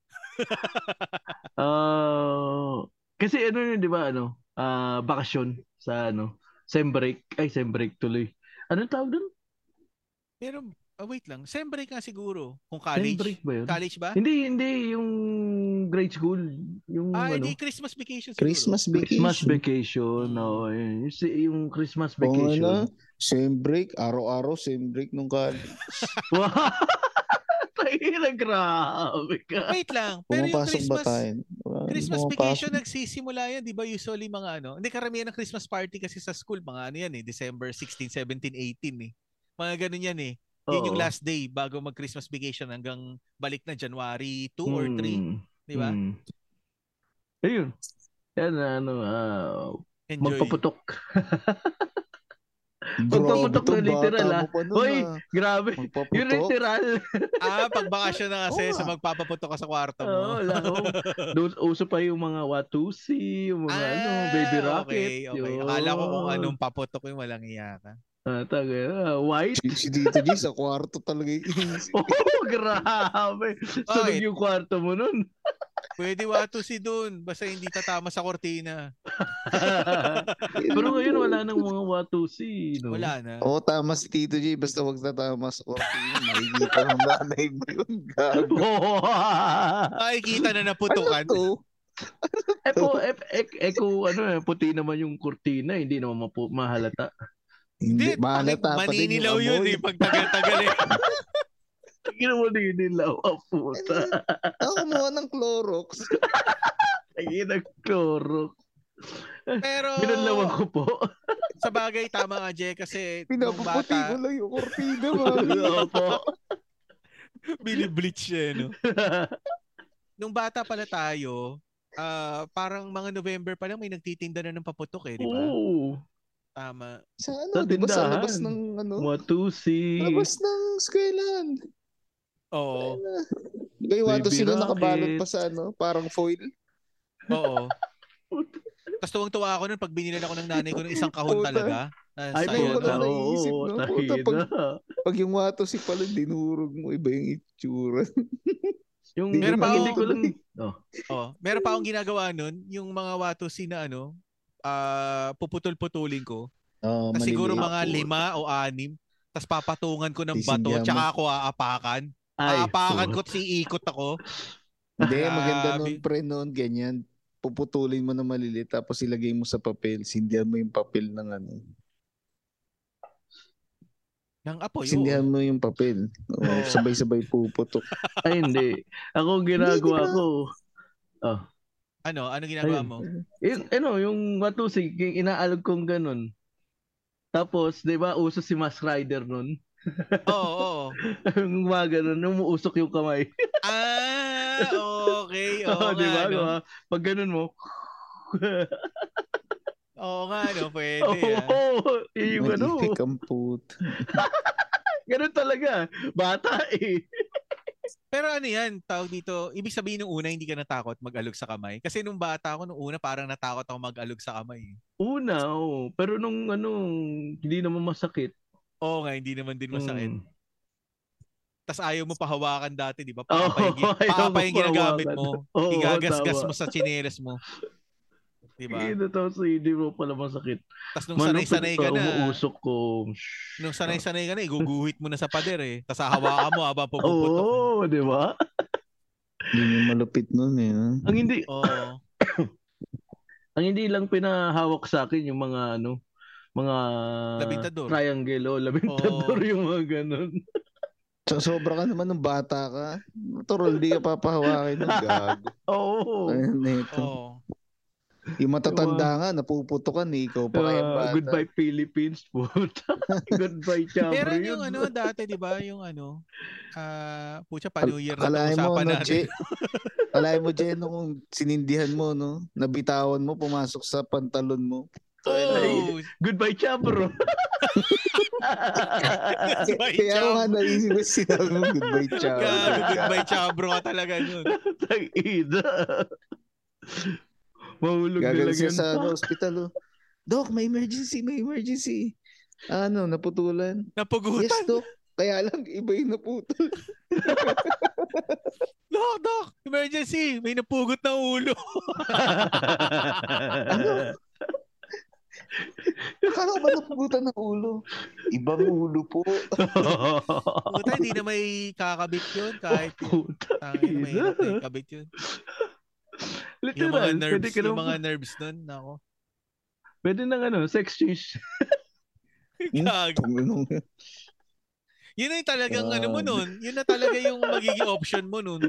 C: Ah, kasi ano yun, di ba, ano, ah bakasyon sa, ano, sem break. Ay, sem break tuloy. Anong tawag doon?
A: Pero ah, wait lang, sem break nga siguro kung
C: Sem
A: college.
C: break ba yun?
A: College ba?
C: Hindi, hindi. Yung grade school. Yung,
A: Ah,
C: ano,
A: hindi Christmas vacation siguro.
B: Christmas vacation.
C: Christmas vacation. No, yun. Yung si- Yung Christmas
B: Oo ano? nga
C: vacation.
B: na. Same break. Araw-araw, same break nung ka.
C: Wow! Tangina, grabe ka.
A: Wait lang. Pero yung
B: Pumapasok
A: Christmas,
B: ba tayo? Wala, hindi
A: Christmas
B: pumapasok.
A: vacation nagsisimula yan, 'di ba? Usually mga ano. Hindi karamihan ng Christmas party kasi sa school mga ano yan eh, December 16, 17, 18 eh. Mga ganun yan eh. Yun yung
C: Oo.
A: last day bago mag-Christmas vacation hanggang balik na January 2 or 3,
C: Mm,
A: 'di ba?
C: mm. Ayun. Yan, ano, ah,
A: Enjoy.
C: magpaputok. Magpaputok
B: Grabe to,
C: na literal,
B: bata
C: ah.
B: mo pa nun,
C: Hoy,
B: ah.
C: grabe. Yung
B: Magpaputok.
C: literal.
A: Ah, pag bakasyon na kasi
B: Oo
A: sa
B: nga.
A: magpapaputok ka sa kwarto mo.
C: Oo, wala ko. Doon uso pa yung mga Watusi, yung mga ano, baby rocket.
A: Ah, Okay, okay. Akala ko kung anong paputok yung walang iya ka.
C: Ah, taga, ah, white.
B: Si, si Tito G sa kwarto talaga. yun.
C: Oh, grabe. Sunog
A: Bakit?
C: yung kwarto mo nun.
A: Pwede wato si Dun, basta hindi tatama sa kortina.
C: Pero ngayon wala nang mga Watusi. No?
A: Wala na.
B: Oo, tama si Tito G. Basta wag na tama sa kwarto yun. Makikita ang nanay mo yun. Gago.
C: Oo.
A: Makikita na
B: Ano
A: naputukan.
B: to?
C: eh, po, eh, eh, eh, kung ano, eh, puti naman yung kurtina, hindi naman mapu- mahalata.
B: Hindi, mahalata
A: pangit,
B: pa din
A: maninilaw
B: yung
A: yun
B: amoy.
A: eh, pag tagal-tagal eh.
C: Tingnan mo din yung dilaw, ah, puta.
B: Ako kumuha ng Clorox.
C: Tingin ang kloro.
A: Pero
C: Binalawan ko po.
A: sa bagay, tama nga Jay, kasi nung
B: Pinapaputi ko
A: bata,
B: lang yung kortina
A: Oh.
B: mo.
C: Opo.
A: binibleach siya eh, no? Nung bata pala tayo, ah, parang mga November pa lang may nagtitinda na ng paputok eh, di
B: Mm.
A: ba?
C: Oo.
A: Tama.
B: Sa ano,
C: Sa
B: di ba sa
C: tindahan.
B: labas ng ano?
C: Watusi.
B: Labas ng skyland.
A: Oo,
B: Kay Wato
C: Baby
B: sila nakabalot
C: rocket.
B: pa sa ano, parang foil.
A: oo. Tapos tuwang-tuwa ako nun pag binilan ako ng nanay ko ng isang kahon
B: Puta.
A: talaga. Ah,
C: Ay,
A: sa
B: Ayun,
C: puta.
B: wala
A: ano,
B: na iisip,
C: Oo,
B: no?
C: tangina.
B: Puta, Pag yung Wato si pala, dinurog mo, iba yung itsura.
C: Yung
B: Di
A: Meron
C: meron
A: pa
C: hindi
A: ako-
C: ko lang. Oh.
A: oh, meron pa akong ginagawa nun, yung mga watusi na ano, ah, puputol-putulin ko.
B: Oh,
A: Tas Ah, siguro mga lima o anim. Tapos papatungan ko ng bato,
B: Sisinggaman.
A: tsaka ako aapakan.
C: Ay,
A: aapakan
C: puta.
A: ko at iikot ako.
B: Hindi, maganda nun,
A: Grabe.
B: pre, nun, ganyan. Puputulin mo na maliliit, tapos ilagay mo sa papel. Sindihan mo yung papel ng ano.
A: Ng apoy,
B: Sindihan
A: oo.
B: mo yung papel. Oo,
A: Oo.
B: sabay-sabay puputok.
C: Ay, hindi. Ako ang ginagawa ko. Oh.
A: Ano, ano ginagawa
C: Ayun.
A: mo?
C: Yung, ano, yung matusig, yung inaalog kong ganun. Tapos, di ba, uso si Mask Rider nun?
A: Oo, oo.
C: yung mga ganun, umuusok yung kamay.
A: Ah, okay. Oo nga,
C: Oo, Oh, di ba?
A: no?
C: Gawa- Pag ganun mo,
A: Oo nga, no? Pwede. ah.
C: oh, yung ano,
B: Malitik ang put.
C: ganun talaga. Bata eh.
A: Pero ano yan, tawag dito, ibig sabihin nung una hindi ka natakot mag-alog sa kamay. Kasi nung bata ako, nung una parang natakot ako mag-alog sa kamay. eh.
C: Una, oh. pero nung ano, hindi naman masakit.
A: Oo nga, hindi naman din masakit.
C: Mm.
A: tas ayaw mo pahawakan dati, di ba?
C: Oo,
A: Papa yung, gi-
C: Oh, ayaw
A: papa
C: mo
A: yung ginagamit
C: pahawakan.
A: mo.
C: Oo,
A: Igagasgas
C: tama.
A: mo sa tsinelas mo. Di ba?
C: Hindi totoo sa hindi mo pala masakit.
A: Tapos nung sanay-sanay ka na,
C: Umuusok ko.
A: nung sanay-sanay ka na, iguguhit mo na sa pader eh. Tapos hahawakan mo habang pumuputok. Oo.
C: Oo, di ba?
B: Yun yung malupit nun eh. no?
C: Ang hindi,
A: Oh.
C: ang hindi lang pinahawak sa akin yung mga ano, mga
A: Labintador.
C: triangle o labintador
A: Oo.
C: yung mga ganun.
B: So, sobra ka naman nung bata ka. Turol, di ka papahawakin ng gago.
C: Oo.
B: Ayun, neto.
A: Oh.
B: Yung matatanda nga, napuputukan eh. Ikaw pa kaya
C: Ah,
B: bata.
C: goodbye Philippines po. goodbye Chabro.
A: Meron
C: yun.
A: yung ano dati, di ba? Yung ano, ah, pucha, pa New Year na
B: Kalahin mo,
A: usapan
B: no,
A: natin.
B: Jay? Kalahin mo, Jay, nung sinindihan mo, no? Nabitawan mo, pumasok sa pantalon mo.
A: Oh,
C: Goodbye Chabro.
A: goodbye,
B: Kaya ako nga
A: Chabro.
B: naisip ko sinabi mo, goodbye, ciao.
A: Gago, goodbye, Chabro ka talaga nun.
C: Tag-ida. Mahulog na
B: Gagaling
C: lang
B: siya
C: yun.
B: sa ano, hospital, oh. Doc, may emergency, may emergency. Ano, naputulan. Yes,
A: Napugutan.
B: Doc. Kaya lang, iba yung naputol.
A: Doc, doc, emergency. May napugot na ulo.
B: Ano? Akala ko ba napugutan ng ulo? Ibang ulo po.
A: Puta, hindi na may kakabit yun kahit yung
C: Puta,
A: tangin may
C: ina.
A: hirap na ikabit yun. Yung mga
C: Literal, pwede
A: nerves,
C: ka
A: yung
C: naman-
A: mga nerves nun, nako.
C: Pwede nang ano, sex change.
A: Gag.
B: Tungulong.
A: Yun na yung talagang ano mo
B: Grabe.
A: nun. Yun na talaga yung magiging option mo nun.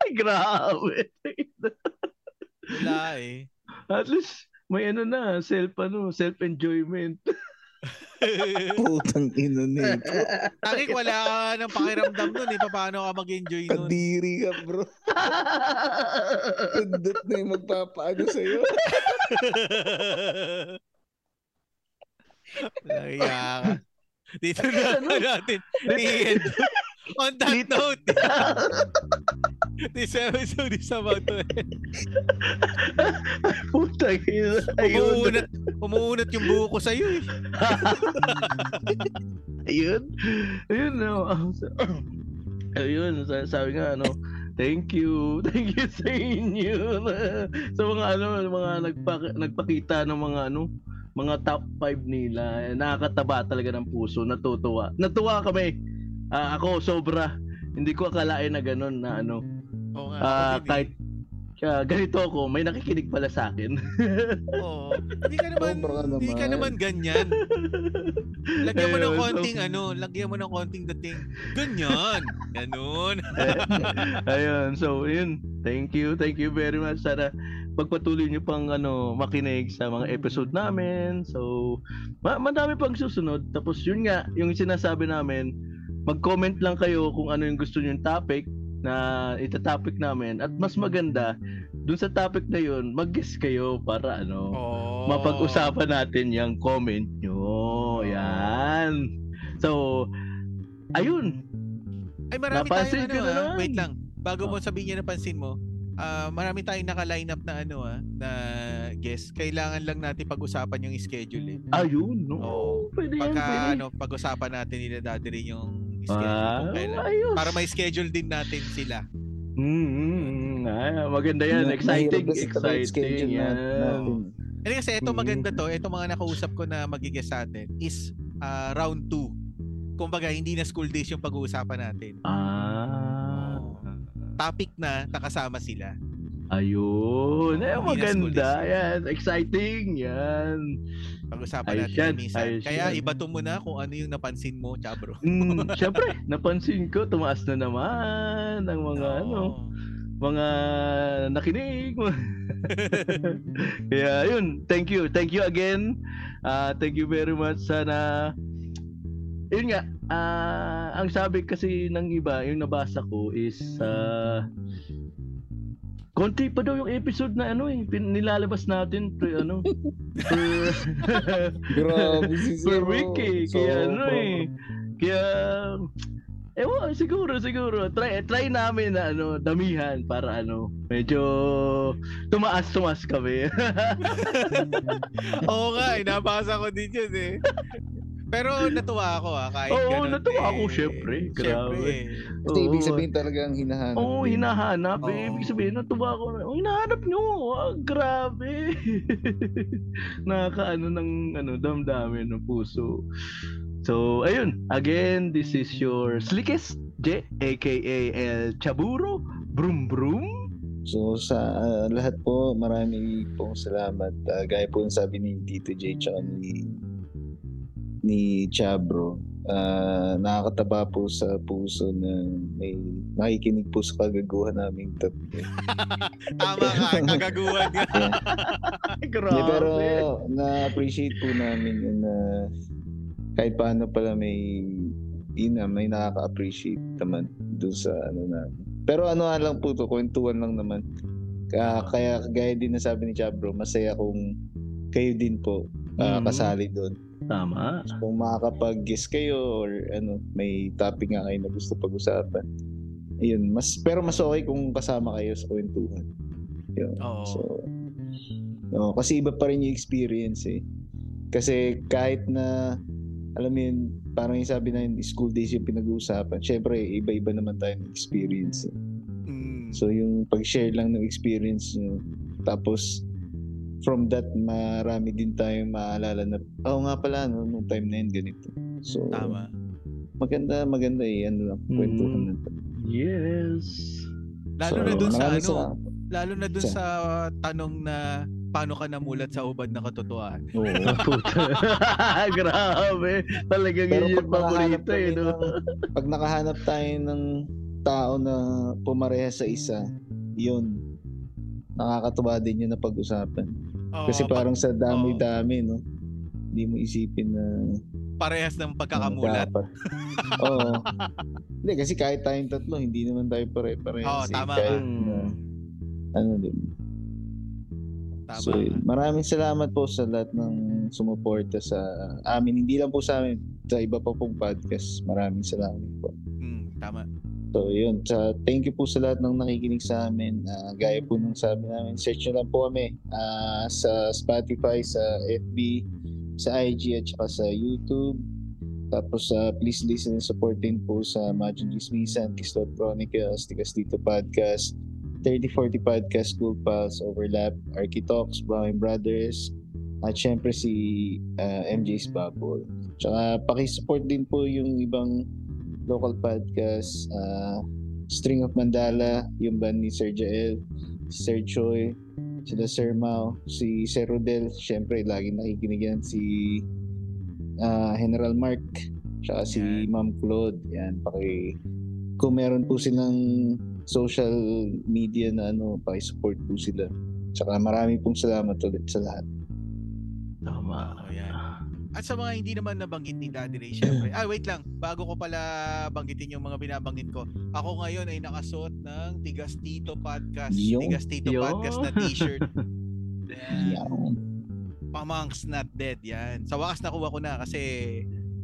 C: Ay, grabe.
A: Wala eh.
C: At least, may ano na, self ano, self-enjoyment.
B: Putang ina nito.
A: Tangik, wala ka ng pakiramdam nun eh. Paano ka mag-enjoy nun?
B: Kadiri ka, bro. Tundot na yung magpapaano sa'yo.
A: Nakaya ka. Dito na ano natin. i-end. On that
C: Dito.
A: note, this episode is about to end.
C: Puta, ina. ayun.
A: Umuunat, umuunat yung buho ko sa'yo eh.
C: Ayun. Ayun, no. Ayun, sa- sabi nga, ano, thank you. Thank you sa inyo. sa mga, ano, mga nagpa- nagpakita ng mga, ano, mga top 5 nila. Nakakataba talaga ng puso. Natutuwa. Natuwa kami. Ah, ako, sobra. Hindi ko akalain na ganun na, ano,
A: Oo nga.
C: ah,
A: ako din eh.
C: kahit ah, ganito ako, may nakikinig pala sa akin.
A: Oo. Hindi ka naman,
B: Sobra ka
A: hindi ka
B: naman.
A: naman ganyan. Lagyan mo ng
C: ano Ayun, so-
A: konting ano, lagyan mo ng konting dating. Ganyan. Ganun.
C: Ayun, so yun. Thank you. Thank you very much. Sana pagpatuloy nyo pang ano, makinig sa mga episode namin. So, ma- madami pang susunod. Tapos yun nga, yung sinasabi namin, mag-comment lang kayo kung ano yung gusto nyo yung topic na itatopic namin. At mas maganda, dun sa topic na yun, mag-guess kayo para ano,
A: Oo.
C: mapag-usapan natin yung comment nyo.
A: Oh.
C: Yan. So, ayun.
A: Ay, marami tayong
C: Napansin ko
A: ano,
C: na
A: ah.
C: naman.
A: wait lang. Bago
C: Ah.
A: mo sabihin niya napansin mo, ah marami tayong naka-line up na ano ah, na guest. Kailangan lang natin pag-usapan yung schedule eh.
C: Ayun, no?
A: Oo.
C: Pwede yan, pwede.
A: Pagka ano, pag-usapan natin nila dati rin yung schedule
C: Ah,
A: kung kailan.
C: ayos.
A: Para may schedule din natin sila.
C: Mm, mm, mm. Ah, maganda yan.
B: Mahirap
C: Exciting,
B: kasi talaga yung
C: exciting.
B: schedule
C: Yan.
B: na- natin.
A: Kasi kasi ito
C: Mm.
A: maganda to, ito mga nakausap ko na magiging sa atin is ah, round 2. Kumbaga hindi na school days yung pag-uusapan natin.
C: Ah.
A: Topic na nakasama sila.
C: Ayun. Eh,
A: Minas
C: maganda.
A: Kulis.
C: Yan. Exciting. Yan.
A: Pag-usapan
C: Ayos
A: natin
C: yan,
A: na minsan.
C: ayos
A: Kaya
C: yan.
A: ibato mo na kung ano yung napansin mo, Chabro.
C: Mm, Siyempre, napansin ko, tumaas na naman ang mga ano,
A: Oo.
C: mga nakinig. Kaya yun, thank you. Thank you again. Ah, thank you very much. Sana yun nga, ah, ang sabi kasi ng iba, yung nabasa ko is ah, konti pa daw yung episode na ano eh, pin- nilalabas natin to ano. per,
B: Grabe si
C: per
B: Zero.
C: week eh. Kaya ano
B: Sobra.
C: eh. Kaya Ewan, siguro, siguro. Try, try namin na ano, damihan para ano, medyo tumaas-tumaas kami.
A: Oo nga, eh, nabasa ko din yun eh. Pero natuwa ako ah, kahit
C: Oo,
A: ganun, eh.
C: natuwa ako, syempre. Grabe.
A: Syempre. eh.
B: Kasi
C: Oo,
B: ibig sabihin talagang hinahanap.
C: Oo,
B: din.
C: hinahanap.
A: Oo.
C: Eh. Ibig sabihin, natuwa ko na. Oh, hinahanap nyo. Ah, grabe. Nakakaano ng ano, damdamin ng puso. So, ayun. Again, this is your slickest J, aka El Chaburo. Brum Brum.
B: So sa ah, lahat po, marami pong salamat. Ah, gaya po yung sabi ni Tito J tsaka ni ni Chabro. Ah, nakakataba po sa puso na may nakikinig po sa kagaguhan naming tatlo.
A: Tama ka, kagaguhan ka.
C: Grabe.
B: Hindi, pero na-appreciate po namin yun na kahit paano pala may yun na, may nakaka-appreciate naman doon sa ano na. Pero ano nga lang po to, kwentuhan lang naman. Kaya, kaya gaya din na sabi ni Chabro, masaya kung kayo din po ah,
C: Mhm.
B: kasali doon.
C: Tama.
B: Kung makakapag-guess kayo or ano, may topic nga kayo na gusto pag-usapan. Ayun, mas pero mas okay kung kasama kayo sa kwentuhan. Yun.
A: Oo.
B: So, no, kasi iba pa rin yung experience eh. Kasi kahit na, alam mo yun, parang yung sabi na yun, school days yung pinag-uusapan. Siyempre, iba-iba naman tayo ng experience. eh.
A: Mm.
B: So yung pag-share lang ng experience nyo, tapos from that, marami din tayong maaalala na, oo nga pala, no, nung time na yun, ganito. So,
A: Tama.
B: maganda, maganda eh, ano lang,
C: Mm.
B: kwentuhan lang.
C: Yes.
A: Lalo
B: So,
A: na dun sa ano,
B: nakakasama.
A: lalo na dun
B: Sa-
A: sa tanong na paano ka namulat sa ubad na katotohanan.
B: Oo.
C: Puta. Grabe. Talagang
B: Pero
C: yun yung
B: pag nakahanap
C: paborito eh.
B: kami
C: No?
B: ng- pag nakahanap tayo ng tao na pumareha sa isa, yun, nakakatuwa din yun na pag-usapan.
A: Oo,
B: Kasi
A: pag-
B: parang sa dami-dami, no? Hindi mo isipin na
A: parehas ng pagkakamulat.
B: dapat. Oo. Hindi, kasi kahit tayong tatlo, hindi naman tayo pare-parehas.
A: Oo,
B: eh.
A: tama ka.
B: Kahit
C: Mm.
B: na, ano din.
A: Tama.
B: So, yun. maraming salamat po sa lahat ng sumuporta sa amin. Hindi lang po sa amin, sa iba pa pong podcast. Maraming salamat po.
A: Mm, tama.
B: So yun, sa thank you po sa lahat ng nakikinig sa amin. Ah, gaya po nung sabi namin, search nyo lang po kami ah, sa Spotify, sa FB, sa IG at saka sa YouTube. Tapos ah, please listen and support din po sa Imagine Gismisan, Kislot Chronicles, Tigas Dito Podcast, 3040 Podcast, Cool Pals, Overlap, Archie Talks, Brown Brothers, at syempre si ah, MJ's Bubble. Tsaka pakisupport din po yung ibang local podcast, ah, String of Mandala, yung band ni Sir Jael, si Sir Choi, sila Sir Mao, si Sir Rodel, syempre lagi nakikinig yan, si ah, General Mark, tsaka si
A: Yan.
B: Ma'am Claude, yan, paki kung meron po silang social media na ano, paki-support po sila. Tsaka marami pong salamat ulit sa lahat.
C: Tama.
A: Oo, yan. Oh, At sa mga hindi naman nabanggit ni Daddy Ray, syempre. Ah, wait lang. Bago ko pala banggitin yung mga binabanggit ko. Ako ngayon ay nakasuot ng Tigas Tito Podcast.
B: Yo.
A: Tigas Tito
C: Yo.
A: Podcast na t-shirt. Yan.
B: Yan.
A: Pamangs Not Dead. Yan. Sa wakas nakuha ko na kasi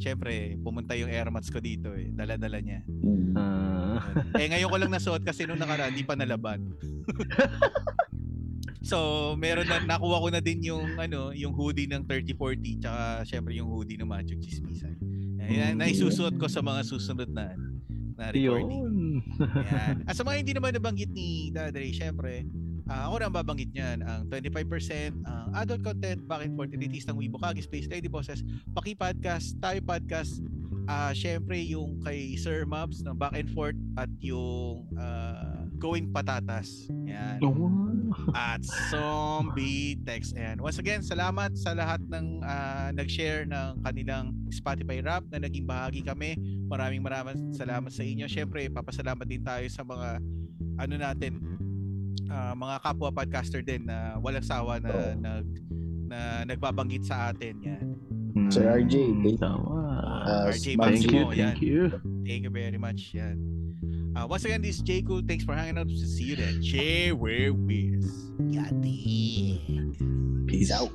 A: syempre pumunta yung airmats ko dito eh. Dala-dala niya.
B: Mm.
C: Ah.
A: eh ngayon ko lang nasuot kasi nung nakaraan di pa nalaban. so, meron na nakuha ko na din yung ano, yung hoodie ng 3040 tsaka syempre yung hoodie ng Magic Chismisan. Ayan,
C: Mm.
A: naisusuot ko sa mga susunod na na recording.
C: Yun.
A: Ayan. At Ah, sa mga hindi naman nabanggit ni Dadre, syempre, ah, ako na ang babanggit niyan. Ang 25%, ang adult content, Bakit for Elites ng Weibo Kagi, Space Lady Bosses, Paki Podcast, Tayo Podcast, ah syempre yung kay Sir Mabs ng Back and Forth at yung ah, Going Patatas. Yan. At Zombie Text. Ayan. Once again, salamat sa lahat ng ah, nag-share ng kanilang Spotify rap na naging bahagi kami. Maraming maraming salamat sa inyo. Siyempre, papasalamat din tayo sa mga ano natin, ah, mga kapwa podcaster din na walang sawa na,
B: Oo.
A: nag na nagbabanggit sa atin. Yan.
B: Sir RJ, thank-
C: Tama.
B: Ah,
A: RJ
B: smart
C: thank you,
A: Maximo, yan.
C: thank you.
A: Thank you very much. Yan. Uh, once again, this is Jay Cool. Thanks for hanging out. See you then. Jay Weird Weirds. Yati.
C: Peace out.